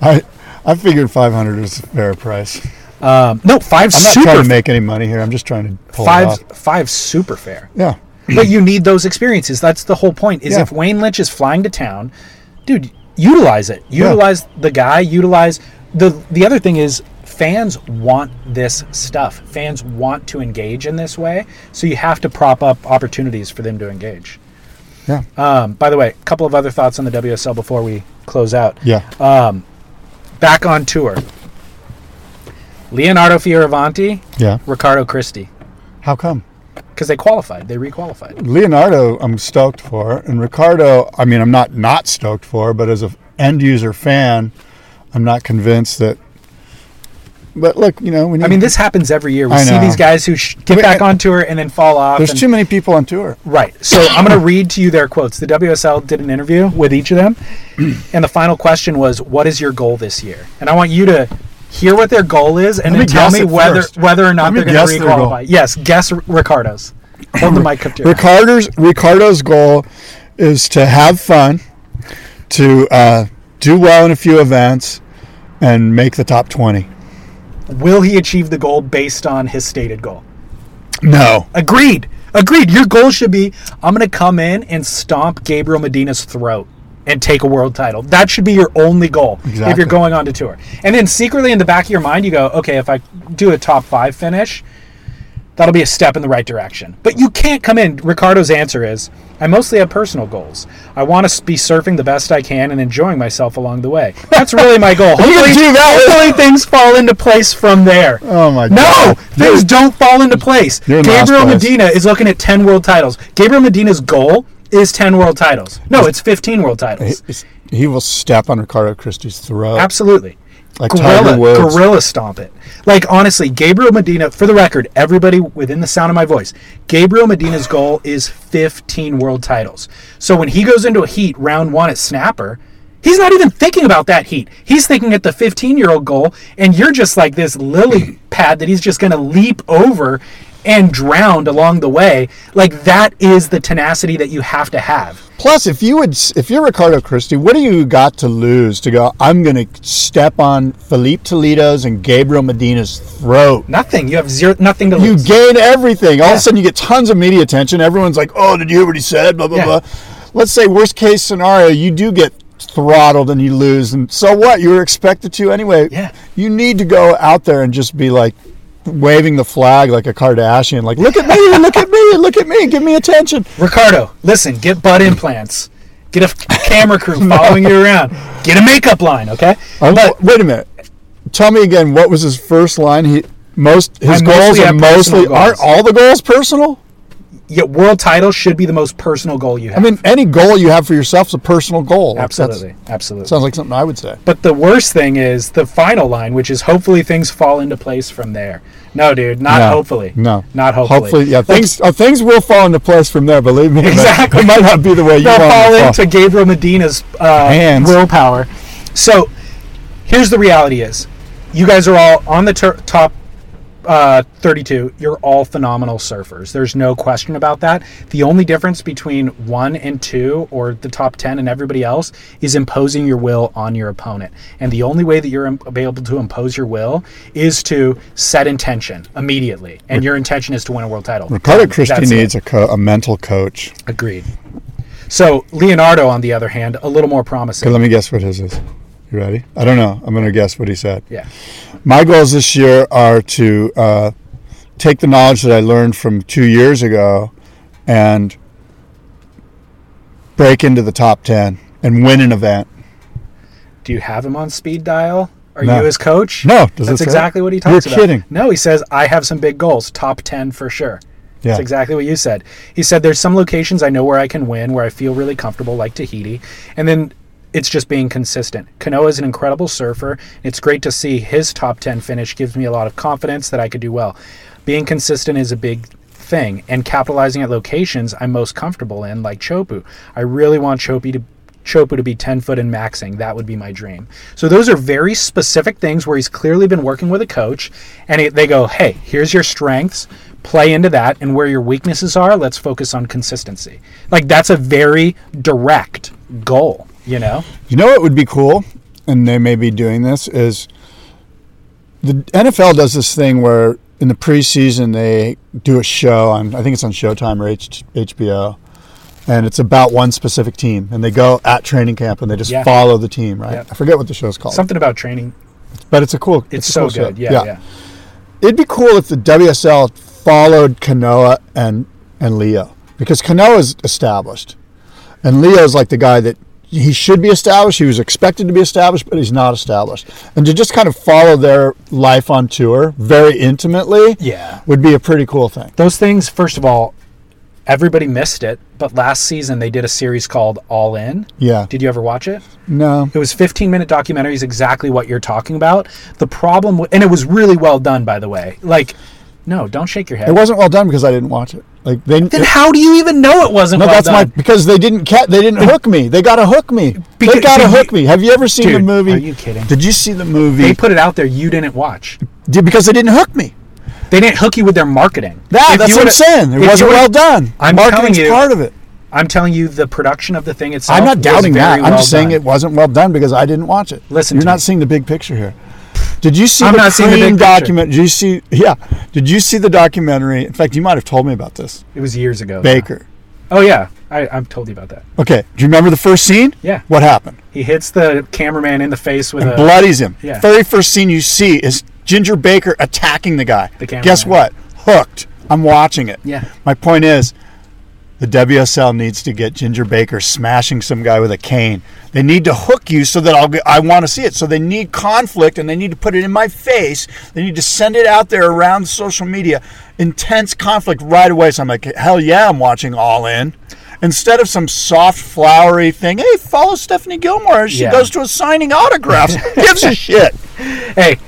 [SPEAKER 2] I I figured five hundred is a fair price.
[SPEAKER 1] Um, no, five
[SPEAKER 2] I'm not
[SPEAKER 1] super
[SPEAKER 2] trying to make any money here. I'm just trying to pull it
[SPEAKER 1] five
[SPEAKER 2] off.
[SPEAKER 1] five super fair.
[SPEAKER 2] Yeah.
[SPEAKER 1] but you need those experiences. That's the whole point. Is
[SPEAKER 2] Yeah.
[SPEAKER 1] if Wayne Lynch is flying to town, dude, utilize it. Utilize the guy. Utilize the the other thing is fans want this stuff. Fans want to engage in this way, so you have to prop up opportunities for them to engage.
[SPEAKER 2] Yeah.
[SPEAKER 1] Um, by the way, a couple of other thoughts on the WSL before we close out.
[SPEAKER 2] Yeah.
[SPEAKER 1] Back on tour. Leonardo Fioravanti,
[SPEAKER 2] yeah.
[SPEAKER 1] Ricardo Christi,
[SPEAKER 2] How come?
[SPEAKER 1] because they qualified. They requalified.
[SPEAKER 2] Leonardo, I'm stoked for, and Ricardo, I mean, I'm not not stoked for, but as a end user fan, I'm not convinced that. But look, you know, we need,
[SPEAKER 1] I mean, this happens every year. We
[SPEAKER 2] I
[SPEAKER 1] see
[SPEAKER 2] know.
[SPEAKER 1] these guys who sh- get
[SPEAKER 2] Wait,
[SPEAKER 1] back
[SPEAKER 2] I-
[SPEAKER 1] on tour and then fall off.
[SPEAKER 2] there's
[SPEAKER 1] and-
[SPEAKER 2] too many people on tour.
[SPEAKER 1] Right.
[SPEAKER 2] (coughs)
[SPEAKER 1] So I'm going to read to you their quotes. The WSL did an interview with each of
[SPEAKER 2] (clears throat)
[SPEAKER 1] them, and the final question was, "What is your goal this year?" And I want you to hear what their goal is, and
[SPEAKER 2] Let
[SPEAKER 1] then
[SPEAKER 2] me
[SPEAKER 1] tell
[SPEAKER 2] guess
[SPEAKER 1] me
[SPEAKER 2] it
[SPEAKER 1] whether
[SPEAKER 2] first.
[SPEAKER 1] whether or not
[SPEAKER 2] Let me
[SPEAKER 1] they're going
[SPEAKER 2] guess
[SPEAKER 1] to
[SPEAKER 2] their goal.
[SPEAKER 1] requalify. Yes, guess R- Ricardo's. Hold the
[SPEAKER 2] (coughs)
[SPEAKER 1] mic up to your mouth.
[SPEAKER 2] Ricardo's Ricardo's goal is to have fun, to uh, do well in a few events, and make the top twenty.
[SPEAKER 1] Will he achieve the goal based on his stated goal?
[SPEAKER 2] No,
[SPEAKER 1] Agreed. Agreed. Your goal should be I'm going to come in and stomp Gabriel Medina's throat and take a world title. That should be your only goal if
[SPEAKER 2] Exactly.
[SPEAKER 1] you're going on to tour. And then secretly in the back of your mind, you go, okay, if I do a top five finish, that'll be a step in the right direction. But you can't come in. Ricardo's answer is I mostly have personal goals. I want to be surfing the best I can and enjoying myself along the way. That's really
[SPEAKER 2] (laughs)
[SPEAKER 1] my goal.
[SPEAKER 2] gonna
[SPEAKER 1] Hopefully,
[SPEAKER 2] do that with-
[SPEAKER 1] hopefully things fall into place from there.
[SPEAKER 2] Oh my
[SPEAKER 1] no,
[SPEAKER 2] God.
[SPEAKER 1] things don't fall into place.
[SPEAKER 2] You're in last
[SPEAKER 1] Gabriel
[SPEAKER 2] place.
[SPEAKER 1] Medina is looking at 10 world titles. Gabriel Medina's goal is 10 world titles. No, it's 15 world titles.
[SPEAKER 2] It's- he will step on Ricardo Christie's throat.
[SPEAKER 1] Absolutely.
[SPEAKER 2] Like
[SPEAKER 1] gorilla,
[SPEAKER 2] Tiger Woods.
[SPEAKER 1] gorilla stomp it. Like, honestly, Gabriel Medina, for the record, everybody within the sound of my voice, Gabriel Medina's goal is 15 world titles. So when he goes into a heat round one at Snapper, he's not even thinking about that heat. He's thinking at the 15 year old goal, and you're just like this
[SPEAKER 2] (clears throat)
[SPEAKER 1] lily pad that he's just going to leap over and drowned along the way. Like, that is the tenacity that you have to have.
[SPEAKER 2] Plus, if you would, if you're Ricardo Christie, what do you got to lose to go? I'm going to step on Felipe Toledo's and Gabriel Medina's throat.
[SPEAKER 1] Nothing. You have zero, nothing to
[SPEAKER 2] You
[SPEAKER 1] lose.
[SPEAKER 2] gain everything. All of a sudden, you get tons of media attention. Everyone's like, "Oh, did you hear what he said?" Blah blah
[SPEAKER 1] Yeah.
[SPEAKER 2] blah. Let's say worst case scenario, you do get throttled and you lose, and so what? You were expected to anyway.
[SPEAKER 1] Yeah.
[SPEAKER 2] You need to go out there and just be like waving the flag like a Kardashian. Like, look at me, look at me, look at me, give me attention.
[SPEAKER 1] Ricardo, listen, get butt implants. Get a f-
[SPEAKER 2] (laughs)
[SPEAKER 1] camera crew following you around. Get a makeup line, okay?
[SPEAKER 2] Um,
[SPEAKER 1] But
[SPEAKER 2] wait a minute. Tell me again. What was his first line? He most his
[SPEAKER 1] I mostly
[SPEAKER 2] goals are
[SPEAKER 1] have personal
[SPEAKER 2] mostly
[SPEAKER 1] goals.
[SPEAKER 2] aren't all the goals personal.
[SPEAKER 1] yeah, world title should be the most personal goal you have.
[SPEAKER 2] I mean, any goal you have for yourself is a personal goal. Like, that's-
[SPEAKER 1] absolutely, absolutely.
[SPEAKER 2] sounds like something I would say.
[SPEAKER 1] but the worst thing is the final line, which is hopefully things fall into place from there. No, dude, not
[SPEAKER 2] No.
[SPEAKER 1] hopefully.
[SPEAKER 2] No.
[SPEAKER 1] not hopefully.
[SPEAKER 2] Hopefully, yeah.
[SPEAKER 1] Like,
[SPEAKER 2] Things uh, things will fall into place from there. Believe me. but
[SPEAKER 1] (laughs) Exactly.
[SPEAKER 2] It might not be the way you
[SPEAKER 1] they'll
[SPEAKER 2] want
[SPEAKER 1] fall
[SPEAKER 2] it to
[SPEAKER 1] into Gabriel Medina's uh,
[SPEAKER 2] Hands.
[SPEAKER 1] willpower. So here's the reality: is you guys are all on the tur top uh, 32. You're all phenomenal surfers. There's no question about that. The only difference between one and two, or the top 10 and everybody else, is imposing your will on your opponent. And the only way that you're im- able to impose your will is to set intention immedially. And your intention is to win a world title.
[SPEAKER 2] Ricardo
[SPEAKER 1] Done.
[SPEAKER 2] Christie
[SPEAKER 1] That's it.
[SPEAKER 2] needs a, co- a mental coach.
[SPEAKER 1] Agreed. So Leonardo, on the other hand, a little more
[SPEAKER 2] Okay,
[SPEAKER 1] promising.
[SPEAKER 2] let me guess what his is. You ready? I don't know. I'm going to guess what he said.
[SPEAKER 1] Yeah.
[SPEAKER 2] My goals this year are to uh, take the knowledge that I learned from two years ago and break into the top 10 and win an event.
[SPEAKER 1] Do you have him on speed dial? Are
[SPEAKER 2] No.
[SPEAKER 1] you his coach?
[SPEAKER 2] No. Does it
[SPEAKER 1] That's
[SPEAKER 2] say
[SPEAKER 1] exactly
[SPEAKER 2] that?
[SPEAKER 1] what he
[SPEAKER 2] You're
[SPEAKER 1] talks about.
[SPEAKER 2] kidding.
[SPEAKER 1] No, he says, I have some big goals, top 10 for sure.
[SPEAKER 2] Yeah.
[SPEAKER 1] That's exactly what you said. He said, There's some locations I know where I can win, where I feel really comfortable, like Tahiti. And then it's just being consistent. Kanoa is an incredible surfer. It's great to see his top 10 finish gives me a lot of confidence that I could do well. Being consistent is a big thing, and capitalizing at locations I'm most comfortable in, like Chopu. I really want Chopu to. Chopu to be 10 foot and maxing. That would be my dream. So, those are very specific things where he's clearly been working with a coach and it, they go, hey, here's your strengths play into that and where your weaknesses are let's focus on consistency like that's a very direct goal you know
[SPEAKER 2] You know what would be cool, and they may be doing this, is the NFL does this thing where in the preseason they do a show on, I think it's on Showtime or H- HBO, and it's about one specific team, and they go at training camp and they just
[SPEAKER 1] Yeah.
[SPEAKER 2] follow the team, right?
[SPEAKER 1] Yep.
[SPEAKER 2] I forget what the show's called,
[SPEAKER 1] something about training
[SPEAKER 2] but it's a cool.
[SPEAKER 1] it's,
[SPEAKER 2] a
[SPEAKER 1] so
[SPEAKER 2] cool show.
[SPEAKER 1] good yeah, yeah
[SPEAKER 2] it'd be cool if the WSL followed Kanoa and and Leo because Kanoa is established, and Leo's like the guy that he should be established. He was expected to be established, but he's not established. And to just kind of follow their life on tour very intimately,
[SPEAKER 1] Yeah.
[SPEAKER 2] would be a pretty cool thing.
[SPEAKER 1] those things first of all everybody missed it but last season they did a series called all in
[SPEAKER 2] Yeah.
[SPEAKER 1] did you ever watch it
[SPEAKER 2] No,
[SPEAKER 1] It was 15 minute documentaries, exactly what you're talking about. The problem, w- and it was really well done, by the way. Like, no, don't shake your head.
[SPEAKER 2] it wasn't well done because I didn't watch it. Like they.
[SPEAKER 1] then how do you even know it wasn't
[SPEAKER 2] no,
[SPEAKER 1] well
[SPEAKER 2] that's my
[SPEAKER 1] done?
[SPEAKER 2] because they didn't ca- they didn't hook me. They gotta hook me. they
[SPEAKER 1] Because-
[SPEAKER 2] gotta
[SPEAKER 1] see,
[SPEAKER 2] hook me. Have you ever seen the
[SPEAKER 1] Dude,
[SPEAKER 2] movie?
[SPEAKER 1] are you kidding?
[SPEAKER 2] Did you see the movie?
[SPEAKER 1] they put it out there you didn't watch.
[SPEAKER 2] Did- because they didn't hook me.
[SPEAKER 1] They didn't hook you with their marketing.
[SPEAKER 2] That,
[SPEAKER 1] If
[SPEAKER 2] that's
[SPEAKER 1] you
[SPEAKER 2] what I'm
[SPEAKER 1] would've-
[SPEAKER 2] saying. It
[SPEAKER 1] if you
[SPEAKER 2] wasn't
[SPEAKER 1] would've-
[SPEAKER 2] well done.
[SPEAKER 1] I'm
[SPEAKER 2] Marketing's
[SPEAKER 1] telling you-
[SPEAKER 2] part of it.
[SPEAKER 1] I'm telling you, the production of the thing itself.
[SPEAKER 2] I'm not
[SPEAKER 1] was
[SPEAKER 2] doubting that.
[SPEAKER 1] very
[SPEAKER 2] I'm
[SPEAKER 1] well
[SPEAKER 2] just saying
[SPEAKER 1] done.
[SPEAKER 2] it wasn't well done because I didn't watch it.
[SPEAKER 1] Listen
[SPEAKER 2] you're
[SPEAKER 1] to
[SPEAKER 2] not
[SPEAKER 1] me.
[SPEAKER 2] seeing the big picture here. Did you see
[SPEAKER 1] I'm
[SPEAKER 2] the
[SPEAKER 1] not seeing the
[SPEAKER 2] Cream
[SPEAKER 1] big picture.
[SPEAKER 2] document? Did you see? Yeah. Did you see the documentary? In fact, you might have told me about this.
[SPEAKER 1] It was years ago.
[SPEAKER 2] Baker.
[SPEAKER 1] Oh yeah, I, I've told you about that.
[SPEAKER 2] Okay. Do you remember the first scene?
[SPEAKER 1] Yeah.
[SPEAKER 2] What happened?
[SPEAKER 1] He hits the cameraman in the face with a.
[SPEAKER 2] Bloodies him.
[SPEAKER 1] yeah.
[SPEAKER 2] Very first scene you see is Ginger Baker attacking the guy.
[SPEAKER 1] The cameraman.
[SPEAKER 2] Guess what? Hooked. I'm watching it.
[SPEAKER 1] Yeah.
[SPEAKER 2] My point is, the WSL needs to get Ginger Baker smashing some guy with a cane. They need to hook you so that I'll get, I want to see it. So they need conflict and they need to put it in my face. They need to send it out there around social media. Intense conflict right away. So I'm like, hell yeah, I'm watching All In. Instead of some soft, flowery thing, hey, follow Stephanie Gilmore as she
[SPEAKER 1] Yeah.
[SPEAKER 2] goes to a signing (laughs) autographs. Gives a shit.
[SPEAKER 1] hey,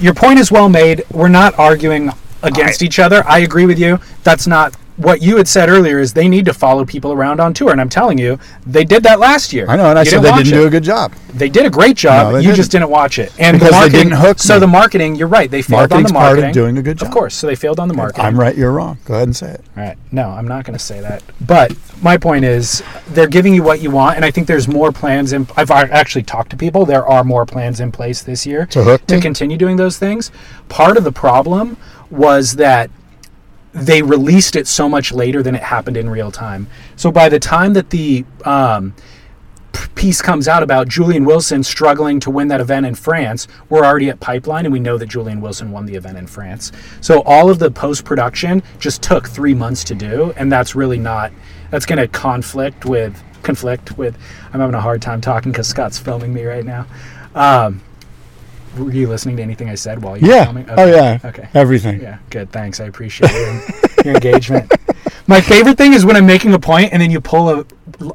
[SPEAKER 1] your point is well made. We're not arguing against each other. I agree with you. That's not what you had said earlier. Is they need to follow people around on tour, and I'm telling you, they did that last year.
[SPEAKER 2] I know, and I
[SPEAKER 1] You
[SPEAKER 2] said they
[SPEAKER 1] watch
[SPEAKER 2] didn't
[SPEAKER 1] it.
[SPEAKER 2] do a good job.
[SPEAKER 1] They did a great job.
[SPEAKER 2] No, they
[SPEAKER 1] you just didn't watch it, and the
[SPEAKER 2] Because they
[SPEAKER 1] marketing.
[SPEAKER 2] didn't hook
[SPEAKER 1] so
[SPEAKER 2] me.
[SPEAKER 1] the marketing, you're right. They failed on
[SPEAKER 2] Marketing's
[SPEAKER 1] the
[SPEAKER 2] part of
[SPEAKER 1] marketing.
[SPEAKER 2] doing a good job.
[SPEAKER 1] of course. So they failed on the marketing.
[SPEAKER 2] I'm right, you're wrong. Go ahead and say it.
[SPEAKER 1] All right. No, I'm not going to say that. But my point is, they're giving you what you want, and I think there's more plans. In I've ar- actually talked to people. There are more plans in place this year
[SPEAKER 2] To hook me?
[SPEAKER 1] continue doing those things. Part of the problem was that they released it so much later than it happened in real time. So by the time that the um, p- piece comes out about Julian Wilson struggling to win that event in France, we're already at Pipeline, and we know that Julian Wilson won the event in France. So all of the post production just took three months to do, and that's really not. That's going to conflict with conflict with. I'm having a hard time talking because Scott's filming me right now. Um, were you listening to anything I said while you were
[SPEAKER 2] Yeah.
[SPEAKER 1] filming?
[SPEAKER 2] Oh, yeah.
[SPEAKER 1] Okay.
[SPEAKER 2] Everything.
[SPEAKER 1] Yeah, (laughs) good. Thanks. I appreciate your,
[SPEAKER 2] (laughs)
[SPEAKER 1] your engagement. My favorite thing is when I'm making a point and then you pull a,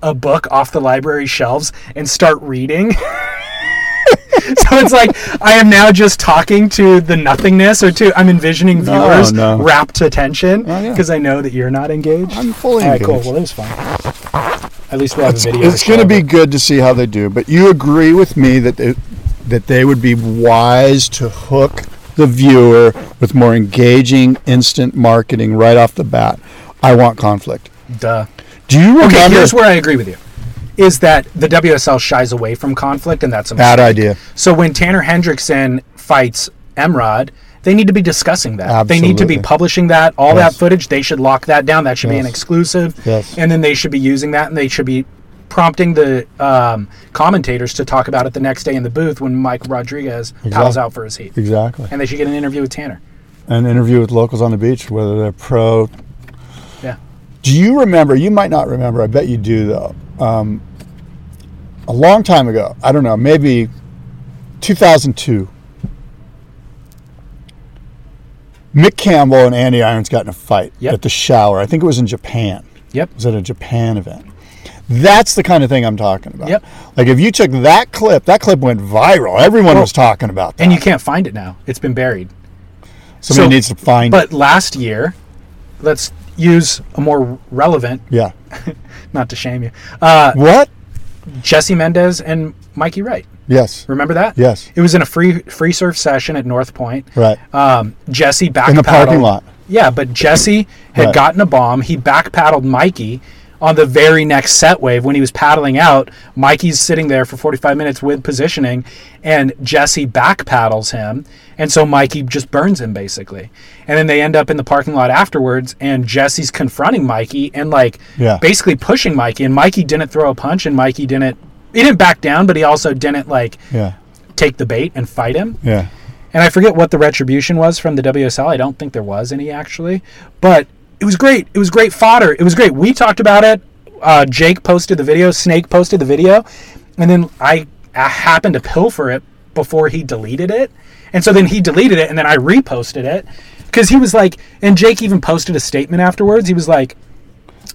[SPEAKER 1] a book off the library shelves and start reading. (laughs) so it's like I am now just talking to the nothingness or to I'm
[SPEAKER 2] No,
[SPEAKER 1] envisioning viewers
[SPEAKER 2] no.
[SPEAKER 1] rapt attention
[SPEAKER 2] Oh, yeah.
[SPEAKER 1] because I know that you're not engaged.
[SPEAKER 2] I'm fully
[SPEAKER 1] All right, cool.
[SPEAKER 2] engaged.
[SPEAKER 1] Well, it was fun. At least we'll have a video.
[SPEAKER 2] It's going
[SPEAKER 1] show
[SPEAKER 2] to be
[SPEAKER 1] it.
[SPEAKER 2] good to see how they do, but you agree with me that they, that they would be wise to hook the viewer with more engaging instant marketing right off the bat. I want conflict.
[SPEAKER 1] duh.
[SPEAKER 2] Do you remember
[SPEAKER 1] Okay, here's where I agree with you. Is that the WSL shies away from conflict, and that's a
[SPEAKER 2] bad
[SPEAKER 1] mistake.
[SPEAKER 2] idea?
[SPEAKER 1] So when Tanner Hendrickson fights Emrod, they need to be discussing that. They need to be
[SPEAKER 2] Absolutely.
[SPEAKER 1] publishing that, all
[SPEAKER 2] Yes.
[SPEAKER 1] that footage. They should lock that down. That should be an
[SPEAKER 2] Yes.
[SPEAKER 1] exclusive.
[SPEAKER 2] Yes.
[SPEAKER 1] And then they should be using that and they should be prompting the um, commentators to talk about it the next day in the booth when Mike Rodriguez
[SPEAKER 2] Exact-
[SPEAKER 1] pals out for his heat.
[SPEAKER 2] Exactly.
[SPEAKER 1] And they should get an interview with Tanner.
[SPEAKER 2] An interview with locals on the beach, whether they're pro.
[SPEAKER 1] Yeah.
[SPEAKER 2] Do you remember? You might not remember. I bet you do, though. Um, a long time ago, I don't know, maybe 2002. Mick Campbell and Andy Irons got in a fight
[SPEAKER 1] Yep.
[SPEAKER 2] at the shower. I think it was in Japan.
[SPEAKER 1] Yep.
[SPEAKER 2] It was at a Japan event. That's the kind of thing I'm talking about.
[SPEAKER 1] Yep.
[SPEAKER 2] Like if you took that clip, that clip went viral. Everyone was talking about that.
[SPEAKER 1] And you can't find it now. It's been buried.
[SPEAKER 2] Somebody
[SPEAKER 1] So-
[SPEAKER 2] needs to find
[SPEAKER 1] But last year, let's use a more relevant,
[SPEAKER 2] it. Yeah.
[SPEAKER 1] not to shame you, uh,
[SPEAKER 2] What?
[SPEAKER 1] Jesse Mendez and Mikey Wright.
[SPEAKER 2] Yes.
[SPEAKER 1] Remember that?
[SPEAKER 2] Yes.
[SPEAKER 1] It was in a free free surf session at North Point.
[SPEAKER 2] Right.
[SPEAKER 1] Um, Jesse back
[SPEAKER 2] In the parking lot.
[SPEAKER 1] Yeah, but Jesse had
[SPEAKER 2] Right.
[SPEAKER 1] gotten a bomb. He back paddled Mikey on the very next set wave when he was paddling out. Mikey's sitting there for 45 minutes with positioning, and Jesse back paddles him. And so Mikey just burns him basically. And then they end up in the parking lot afterwards, and Jesse's confronting Mikey and like
[SPEAKER 2] Yeah.
[SPEAKER 1] basically pushing Mikey. And Mikey didn't throw a punch, and Mikey didn't. He didn't back down, but he also didn't like
[SPEAKER 2] Yeah.
[SPEAKER 1] take the bait and fight him.
[SPEAKER 2] Yeah.
[SPEAKER 1] And I forget what the retribution was from the WSL. I don't think there was any actually, but it was great. It was great fodder. It was great. We talked about it. Uh, Jake posted the video. Snake posted the video, and then I, I happened to pilfer it before he deleted it, and so then he deleted it, and then I reposted it because he was like, and Jake even posted a statement afterwards. He was like.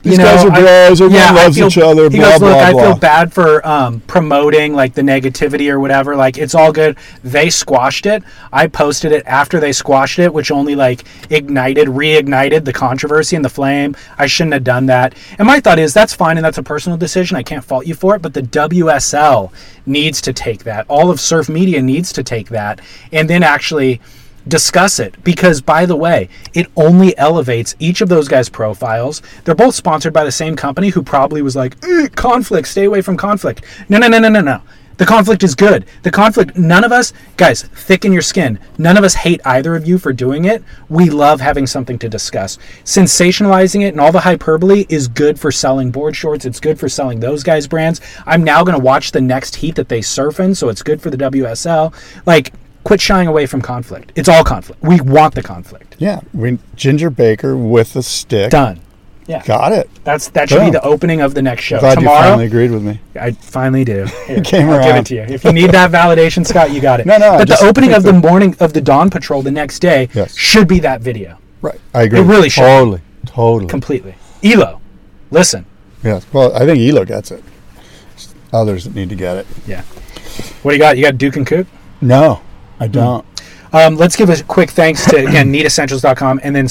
[SPEAKER 1] You
[SPEAKER 2] These guys are bros, everyone
[SPEAKER 1] I
[SPEAKER 2] loves each other,
[SPEAKER 1] He
[SPEAKER 2] blah,
[SPEAKER 1] goes,
[SPEAKER 2] blah,
[SPEAKER 1] look, I
[SPEAKER 2] blah."
[SPEAKER 1] feel bad for um, promoting like the negativity or whatever. Like it's all good. They squashed it. I posted it after they squashed it, which only like ignited, reignited the controversy and the flame. I shouldn't have done that. And my thought is that's fine and that's a personal decision. I can't fault you for it. But the WSL needs to take that. All of surf media needs to take that and then actually discuss it because by the way it only elevates each of those guys profiles they're both sponsored by the same company who probably was like "Eh, conflict stay away from conflict no no no no no no the conflict is good the conflict none of us guys thicken your skin none of us hate either of you for doing it we love having something to discuss sensationalizing it and all the hyperbole is good for selling board shorts it's good for selling those guys brands i'm now going to watch the next heat that they surf in so it's good for the wsl like quit shying away from conflict. It's all conflict. We want the conflict.
[SPEAKER 2] Yeah. We, Ginger Baker with a stick.
[SPEAKER 1] Done. Yeah.
[SPEAKER 2] Got it.
[SPEAKER 1] That's that should
[SPEAKER 2] Boom.
[SPEAKER 1] be the opening of the next show.
[SPEAKER 2] Glad
[SPEAKER 1] Uh, Tomorrow,
[SPEAKER 2] you finally agreed with me.
[SPEAKER 1] I
[SPEAKER 2] (laughs)
[SPEAKER 1] finally do. Here,
[SPEAKER 2] came
[SPEAKER 1] I'll give
[SPEAKER 2] around.
[SPEAKER 1] it to you. If you need that validation, Scott, you got
[SPEAKER 2] (laughs)
[SPEAKER 1] it.
[SPEAKER 2] No, no, I
[SPEAKER 1] But
[SPEAKER 2] just-
[SPEAKER 1] the opening of the morning of the dawn patrol the next day
[SPEAKER 2] Yes.
[SPEAKER 1] should be that video
[SPEAKER 2] Right. I agree.
[SPEAKER 1] It really should.
[SPEAKER 2] Totally. Totally.
[SPEAKER 1] completely. Elo, listen.
[SPEAKER 2] yes. Well, I think Elo gets it. Just Others that need to get it.
[SPEAKER 1] Yeah. What do you got? You got Duke and Coop.
[SPEAKER 2] No, I
[SPEAKER 1] Hmm.
[SPEAKER 2] don't.
[SPEAKER 1] Um, let's give a quick thanks
[SPEAKER 2] (clears throat)
[SPEAKER 1] to again neatessentials.com and then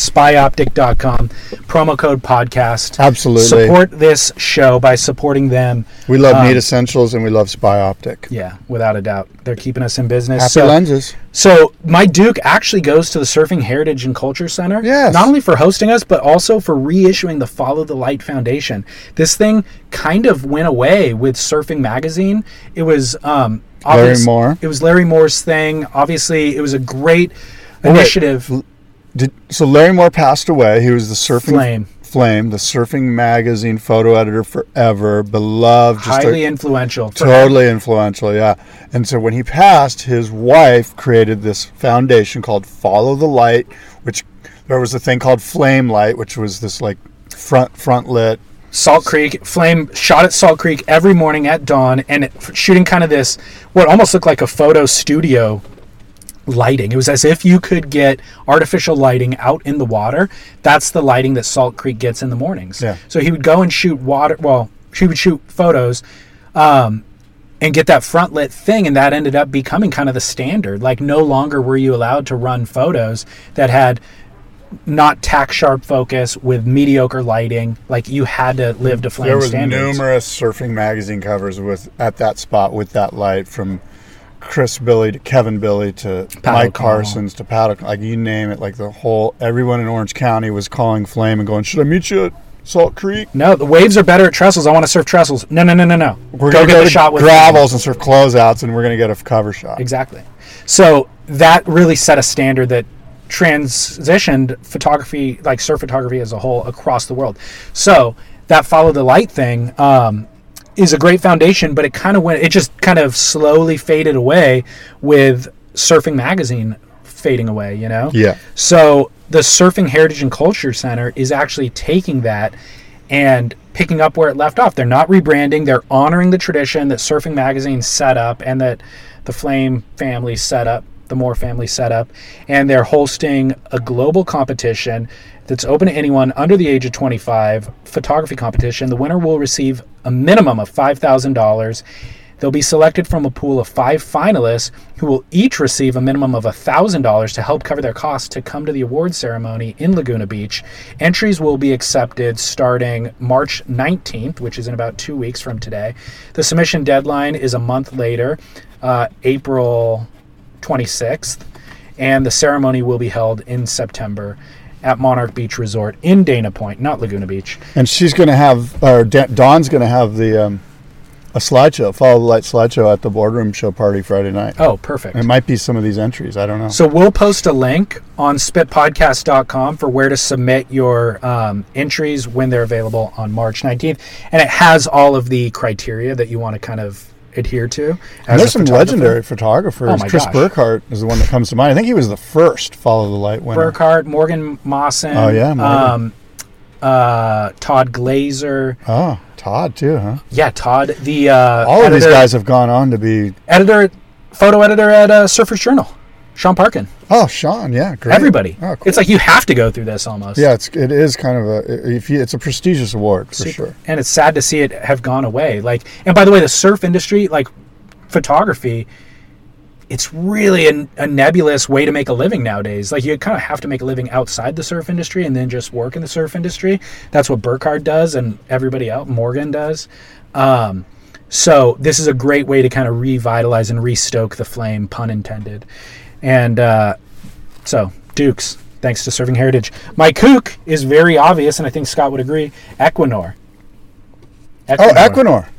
[SPEAKER 1] spyoptic.com promo code podcast.
[SPEAKER 2] Absolutely.
[SPEAKER 1] Support this show by supporting them.
[SPEAKER 2] We love
[SPEAKER 1] Um,
[SPEAKER 2] Neat Essentials and we love Spy Optic.
[SPEAKER 1] Yeah, without a doubt. They're keeping us in business.
[SPEAKER 2] Happy
[SPEAKER 1] so,
[SPEAKER 2] lenses.
[SPEAKER 1] so my Duke actually goes to the Surfing Heritage and Culture Center.
[SPEAKER 2] Yes.
[SPEAKER 1] Not only for hosting us, but also for reissuing the Follow the Light Foundation. This thing kind of went away with Surfing Magazine. It was um
[SPEAKER 2] Larry
[SPEAKER 1] obvious-
[SPEAKER 2] Moore.
[SPEAKER 1] It was Larry Moore's thing. Obviously, it was a great
[SPEAKER 2] Oh, wait.
[SPEAKER 1] initiative.
[SPEAKER 2] Did, so Larry Moore passed away. He was the surfing
[SPEAKER 1] Flame.
[SPEAKER 2] Flame, the surfing magazine photo editor forever, beloved, just
[SPEAKER 1] highly
[SPEAKER 2] a,
[SPEAKER 1] influential. for-
[SPEAKER 2] totally influential. Yeah, and so when he passed, his wife created this foundation called Follow the Light, which there was a thing called Flame Light, which was this like front front lit
[SPEAKER 1] Salt Creek flame shot at Salt Creek every morning at dawn and it- shooting kind of this what almost looked like a photo studio lighting. It was as if you could get artificial lighting out in the water. That's the lighting that Salt Creek gets in the mornings.
[SPEAKER 2] Yeah.
[SPEAKER 1] So he would go and shoot water. Well, she would shoot photos. Um, and get that front lit thing and that ended up becoming kind of the standard like no longer were you allowed to run photos that had not tack sharp focus with mediocre lighting like you had to live to flame
[SPEAKER 2] There was
[SPEAKER 1] standards
[SPEAKER 2] numerous surfing magazine covers with at that spot with that light from Chris Billy to Kevin Billy to Mike
[SPEAKER 1] Connell.
[SPEAKER 2] Carson's to Pat like you name it like the whole everyone in Orange County was calling Flame and going should I meet you at Salt Creek
[SPEAKER 1] no the waves are better at trestles i want to surf trestles no no no no no go
[SPEAKER 2] gonna
[SPEAKER 1] get the shot with
[SPEAKER 2] gravels and surf closeouts and we're gonna get a cover shot
[SPEAKER 1] Exactly. So that really set a standard that transitioned photography, like surf photography as a whole, across the world. So that follow the light thing. Um, is a great foundation, but it kind of went. It just kind of slowly faded away with Surfing Magazine fading away. You know.
[SPEAKER 2] Yeah.
[SPEAKER 1] So the Surfing Heritage and Culture Center is actually taking that and picking up where it left off. They're not rebranding. They're honoring the tradition that Surfing Magazine set up and that the Flame family set up, the Moore family set up, and they're hosting a global competition that's open to anyone under the age of 25 photography competition. The winner will receive a minimum of $5,000. They'll be selected from a pool of five finalists who will each receive a minimum of $1,000 to help cover their costs to come to the award ceremony in Laguna Beach. Entries will be accepted starting March 19th, which is in about two weeks from today. The submission deadline is a month later, uh, April 26th, and the ceremony will be held in September at Monarch Beach Resort in Dana Point, not Laguna Beach.
[SPEAKER 2] And she's going to have, or Da- Dawn's going to have the um, a slideshow, follow the light slideshow at the boardroom show party Friday night.
[SPEAKER 1] Oh, perfect.
[SPEAKER 2] It might be some of these entries. I don't know.
[SPEAKER 1] So we'll post a link on spitpodcast.com for where to submit your um, entries when they're available on March 19th. And it has all of the criteria that you want to kind of adhere to.
[SPEAKER 2] And
[SPEAKER 1] as
[SPEAKER 2] there's
[SPEAKER 1] a
[SPEAKER 2] some
[SPEAKER 1] photographer.
[SPEAKER 2] legendary photographers.
[SPEAKER 1] Oh my
[SPEAKER 2] Chris
[SPEAKER 1] gosh.
[SPEAKER 2] Burkhardt is the one that comes to mind. I think he was the first follow the light winner.
[SPEAKER 1] Burkhardt, Morgan Mawson.
[SPEAKER 2] Oh, yeah, Morgan.
[SPEAKER 1] Um, uh, Todd Glazer.
[SPEAKER 2] Oh, Todd too, huh?
[SPEAKER 1] Yeah, Todd. The uh,
[SPEAKER 2] All of these
[SPEAKER 1] editor-
[SPEAKER 2] guys have gone on to be.
[SPEAKER 1] Editor, photo editor at uh, Surface Journal. Sean Parkin.
[SPEAKER 2] Oh, Sean, yeah, great.
[SPEAKER 1] Everybody.
[SPEAKER 2] Oh, cool.
[SPEAKER 1] It's like you have to go through this almost.
[SPEAKER 2] yeah, it's it is kind of a if you, it's a prestigious award for sure.
[SPEAKER 1] And it's sad to see it have gone away. Like, and by the way, the surf industry, like photography, it's really a, a nebulous way to make a living nowadays. Like, you kind of have to make a living outside the surf industry and then just work in the surf industry. That's what Burkhardt does, and everybody else, Morgan does. Um, so this is a great way to kind of revitalize and restoke the flame, pun intended. And uh, so, Dukes, thanks to Serving Heritage. My kook is very obvious, and I think Scott would agree. Equinor.
[SPEAKER 2] Oh, Equinor. Oh,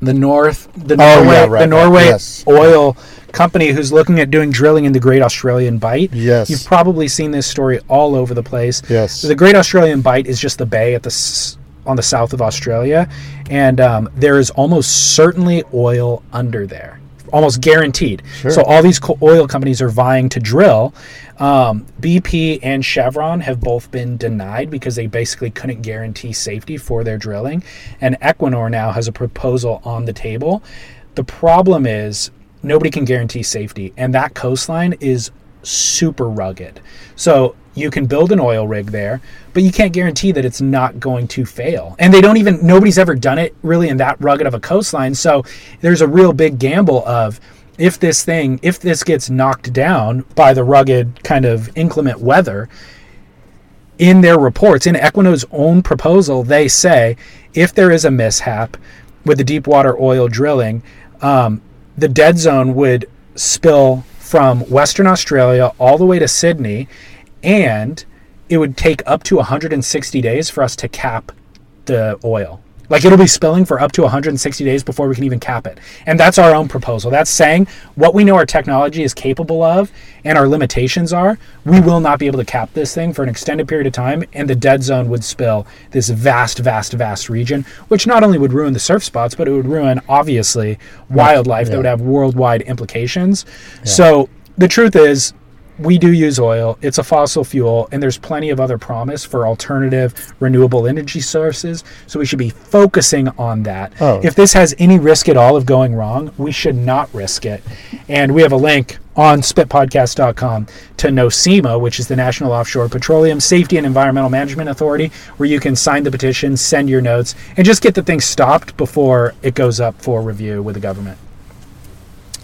[SPEAKER 1] The North, the
[SPEAKER 2] yeah,
[SPEAKER 1] Norway,
[SPEAKER 2] right,
[SPEAKER 1] the
[SPEAKER 2] right,
[SPEAKER 1] Norway
[SPEAKER 2] yes.
[SPEAKER 1] oil company who's looking at doing drilling in the Great Australian Bight.
[SPEAKER 2] Yes.
[SPEAKER 1] You've probably seen this story all over the place.
[SPEAKER 2] Yes.
[SPEAKER 1] The Great Australian Bight is just the bay at the s- on the south of Australia, and um, there is almost certainly oil under there, almost guaranteed. So all these co- oil companies are vying to drill. Um, BP and Chevron have both been denied because they basically couldn't guarantee safety for their drilling, and Equinor now has a proposal on the table. The problem is nobody can guarantee safety, and that coastline is super rugged. So you can build an oil rig there, but you can't guarantee that it's not going to fail. And they don't even, nobody's ever done it really in that rugged of a coastline. So there's a real big gamble of if this thing, if this gets knocked down by the rugged kind of inclement weather, in their reports, in Equinor's own proposal, they say if there is a mishap with the deep water oil drilling, um, the dead zone would spill from Western Australia all the way to Sydney, and it would take up to 160 days for us to cap the oil. Like it'll be spilling for up to 160 days before we can even cap it. And that's our own proposal. That's saying what we know our technology is capable of and our limitations are. We will not be able to cap this thing for an extended period of time, and the dead zone would spill this vast, vast, vast region, which not only would ruin the surf spots, but it would ruin, obviously, wildlife that would have worldwide implications. So the truth is, we do use oil. It's a fossil fuel, and there's plenty of other promise for alternative renewable energy sources. So we should be focusing on that.
[SPEAKER 2] Oh.
[SPEAKER 1] If this has any risk at all of going wrong, we should not risk it. And we have a link on spitpodcast.com to NOSEMA, which is the National Offshore Petroleum Safety and Environmental Management Authority, where you can sign the petition, send your notes, and just get the thing stopped before it goes up for review with the government.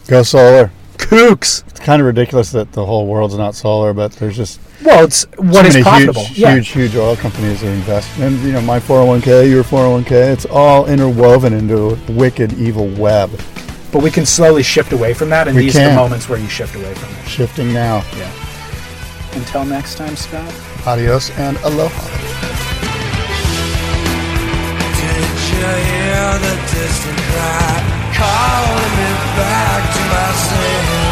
[SPEAKER 2] Go solar.
[SPEAKER 1] Kooks.
[SPEAKER 2] It's kind of ridiculous that the whole world's not solar, but there's just
[SPEAKER 1] Well, it's what
[SPEAKER 2] so
[SPEAKER 1] is
[SPEAKER 2] many
[SPEAKER 1] profitable.
[SPEAKER 2] huge,
[SPEAKER 1] Yeah.
[SPEAKER 2] huge, huge oil companies that invest. And you know, my 401k, your 401k, it's all interwoven into a wicked evil web.
[SPEAKER 1] but we can slowly shift away from that and
[SPEAKER 2] We
[SPEAKER 1] these are the
[SPEAKER 2] can.
[SPEAKER 1] moments where you shift away from it
[SPEAKER 2] Shifting now.
[SPEAKER 1] until next time scott
[SPEAKER 2] Adios and aloha.
[SPEAKER 4] Did you hear the distant cry calling me back to myself?